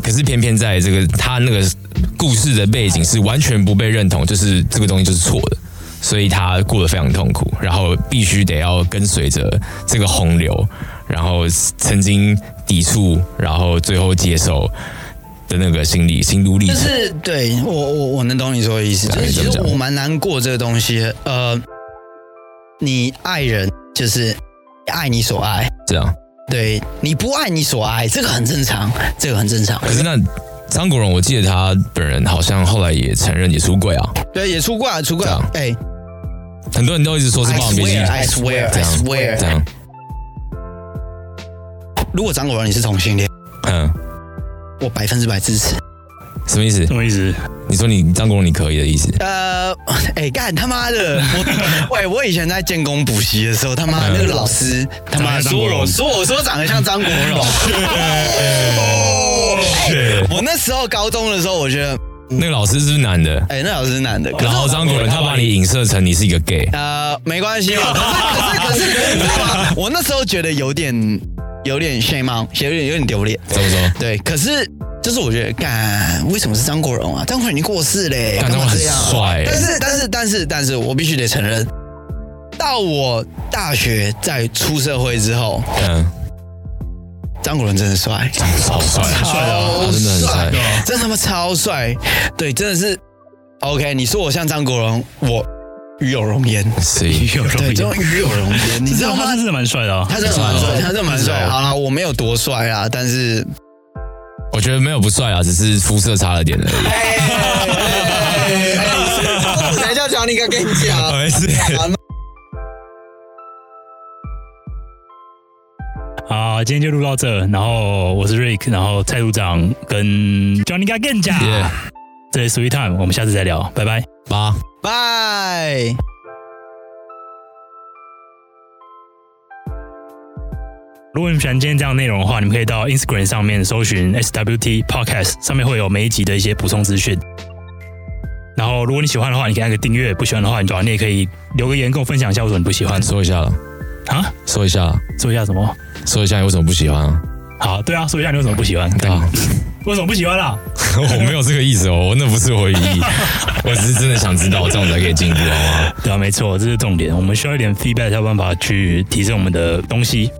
[SPEAKER 2] 可是偏偏在这个他那个故事的背景是完全不被认同，就是这个东西就是错的，所以他过得非常痛苦，然后必须得要跟随着这个洪流，然后曾经抵触，然后最后接受的那个心理心路历
[SPEAKER 3] 就
[SPEAKER 2] 程。
[SPEAKER 3] 是对我我我能懂你说的意思，
[SPEAKER 2] 大
[SPEAKER 3] 就
[SPEAKER 2] 概
[SPEAKER 3] 是其
[SPEAKER 2] 这么
[SPEAKER 3] 实
[SPEAKER 2] 讲
[SPEAKER 3] 我蛮难过这个东西。呃，你爱人就是爱你所爱，
[SPEAKER 2] 这样，
[SPEAKER 3] 对，你不爱你所爱，这个很正常，这个很正常。
[SPEAKER 2] 可是那张国荣，我记得他本人好像后来也承认也出柜啊，
[SPEAKER 3] 对，也出柜啊，出柜啊
[SPEAKER 2] 这样。
[SPEAKER 3] 哎
[SPEAKER 2] 很多人都一直说是
[SPEAKER 3] ，I
[SPEAKER 2] 霸王别姬
[SPEAKER 3] swear，I swear，I
[SPEAKER 2] 这
[SPEAKER 3] swear。
[SPEAKER 2] 样，
[SPEAKER 3] 如果张国荣你是同性恋，
[SPEAKER 2] 嗯，
[SPEAKER 3] 我百分之百支持。
[SPEAKER 2] 什么意思
[SPEAKER 1] 什？么意思？
[SPEAKER 2] 你说你张国荣你可以的意思？
[SPEAKER 3] 呃，哎、干他妈 的！我喂，我以前在建工补习的时候，他妈那个老师他妈
[SPEAKER 1] 长得像张
[SPEAKER 3] 说
[SPEAKER 1] 国
[SPEAKER 3] 我
[SPEAKER 1] 荣
[SPEAKER 3] 说我说长得像张国 荣。哦哎
[SPEAKER 1] 对，
[SPEAKER 3] 我那时候高中的时候，我觉得，
[SPEAKER 2] 那个老师是不是男的？
[SPEAKER 3] 哎、那老师是男的，可是
[SPEAKER 2] 然后张国荣他把你影射成你是一个 gay，
[SPEAKER 3] 呃，没关系嘛。可是可是可是，你知道吗？我那时候觉得有点有点 shame on，有点有点丢脸。
[SPEAKER 2] 怎么说？
[SPEAKER 3] 对，可是就是我觉得，干为什么是张国荣啊？张国荣已经过世嘞，
[SPEAKER 2] 干
[SPEAKER 3] 干嘛
[SPEAKER 2] 张国荣
[SPEAKER 3] 这样啊？
[SPEAKER 2] 很帅欸
[SPEAKER 3] 但是但是但是但是我必须得承认，到我大学在出社会之后，
[SPEAKER 2] 嗯，
[SPEAKER 3] 张国荣真的帅，
[SPEAKER 2] 好帅，
[SPEAKER 1] 帅啊
[SPEAKER 2] 他真的很帅，
[SPEAKER 3] 真他妈超帅，对，真的是 OK。你说我像张国荣，我与有容颜，
[SPEAKER 2] 所以
[SPEAKER 1] 有容
[SPEAKER 3] 对，
[SPEAKER 1] 颜
[SPEAKER 3] 真的与有容颜，你知道
[SPEAKER 1] 他
[SPEAKER 3] 吗
[SPEAKER 1] 是？真的蛮帅的啊，
[SPEAKER 3] 他真的蛮帅，他真的蛮
[SPEAKER 1] 是
[SPEAKER 3] 帅。
[SPEAKER 1] 啊
[SPEAKER 3] 好啦，我没有多帅啦，但是
[SPEAKER 2] 我觉得没有不帅啊，只是肤色差了点而已。
[SPEAKER 3] 等一下，讲你哥跟你讲，
[SPEAKER 2] 没事，啊
[SPEAKER 1] 好，啊今天就录到这，然后我是 Rick，然后蔡组长跟 Johnny g a g e n j
[SPEAKER 2] Yeah
[SPEAKER 1] 这里是 Sweet Time，我们下次再聊，拜拜。
[SPEAKER 2] 八。
[SPEAKER 3] 拜。
[SPEAKER 1] 如果你们喜欢今天这样的内容的话，你们可以到 Instagram 上面搜寻 SWT Podcast，上面会有每一集的一些补充资讯。然后，如果你喜欢的话，你可以按个订阅；不喜欢的话，你就你也可以留个言跟我分享一下为什么你不喜欢
[SPEAKER 2] 说一下了，
[SPEAKER 1] 啊？
[SPEAKER 2] 说一下了，
[SPEAKER 1] 说一下什么？
[SPEAKER 2] 说一下你为什么不喜欢啊？
[SPEAKER 1] 好，对啊，说一下你为什么不喜欢？
[SPEAKER 2] 对啊吧？
[SPEAKER 1] 为什么不喜欢啦、
[SPEAKER 2] 我没有这个意思哦，我那不是我的意义，我只是真的想知道，这样我才可以进步，好吗？
[SPEAKER 1] 对啊，没错，这是重点。我们需要一点 feedback 才有办法去提升我们的东西。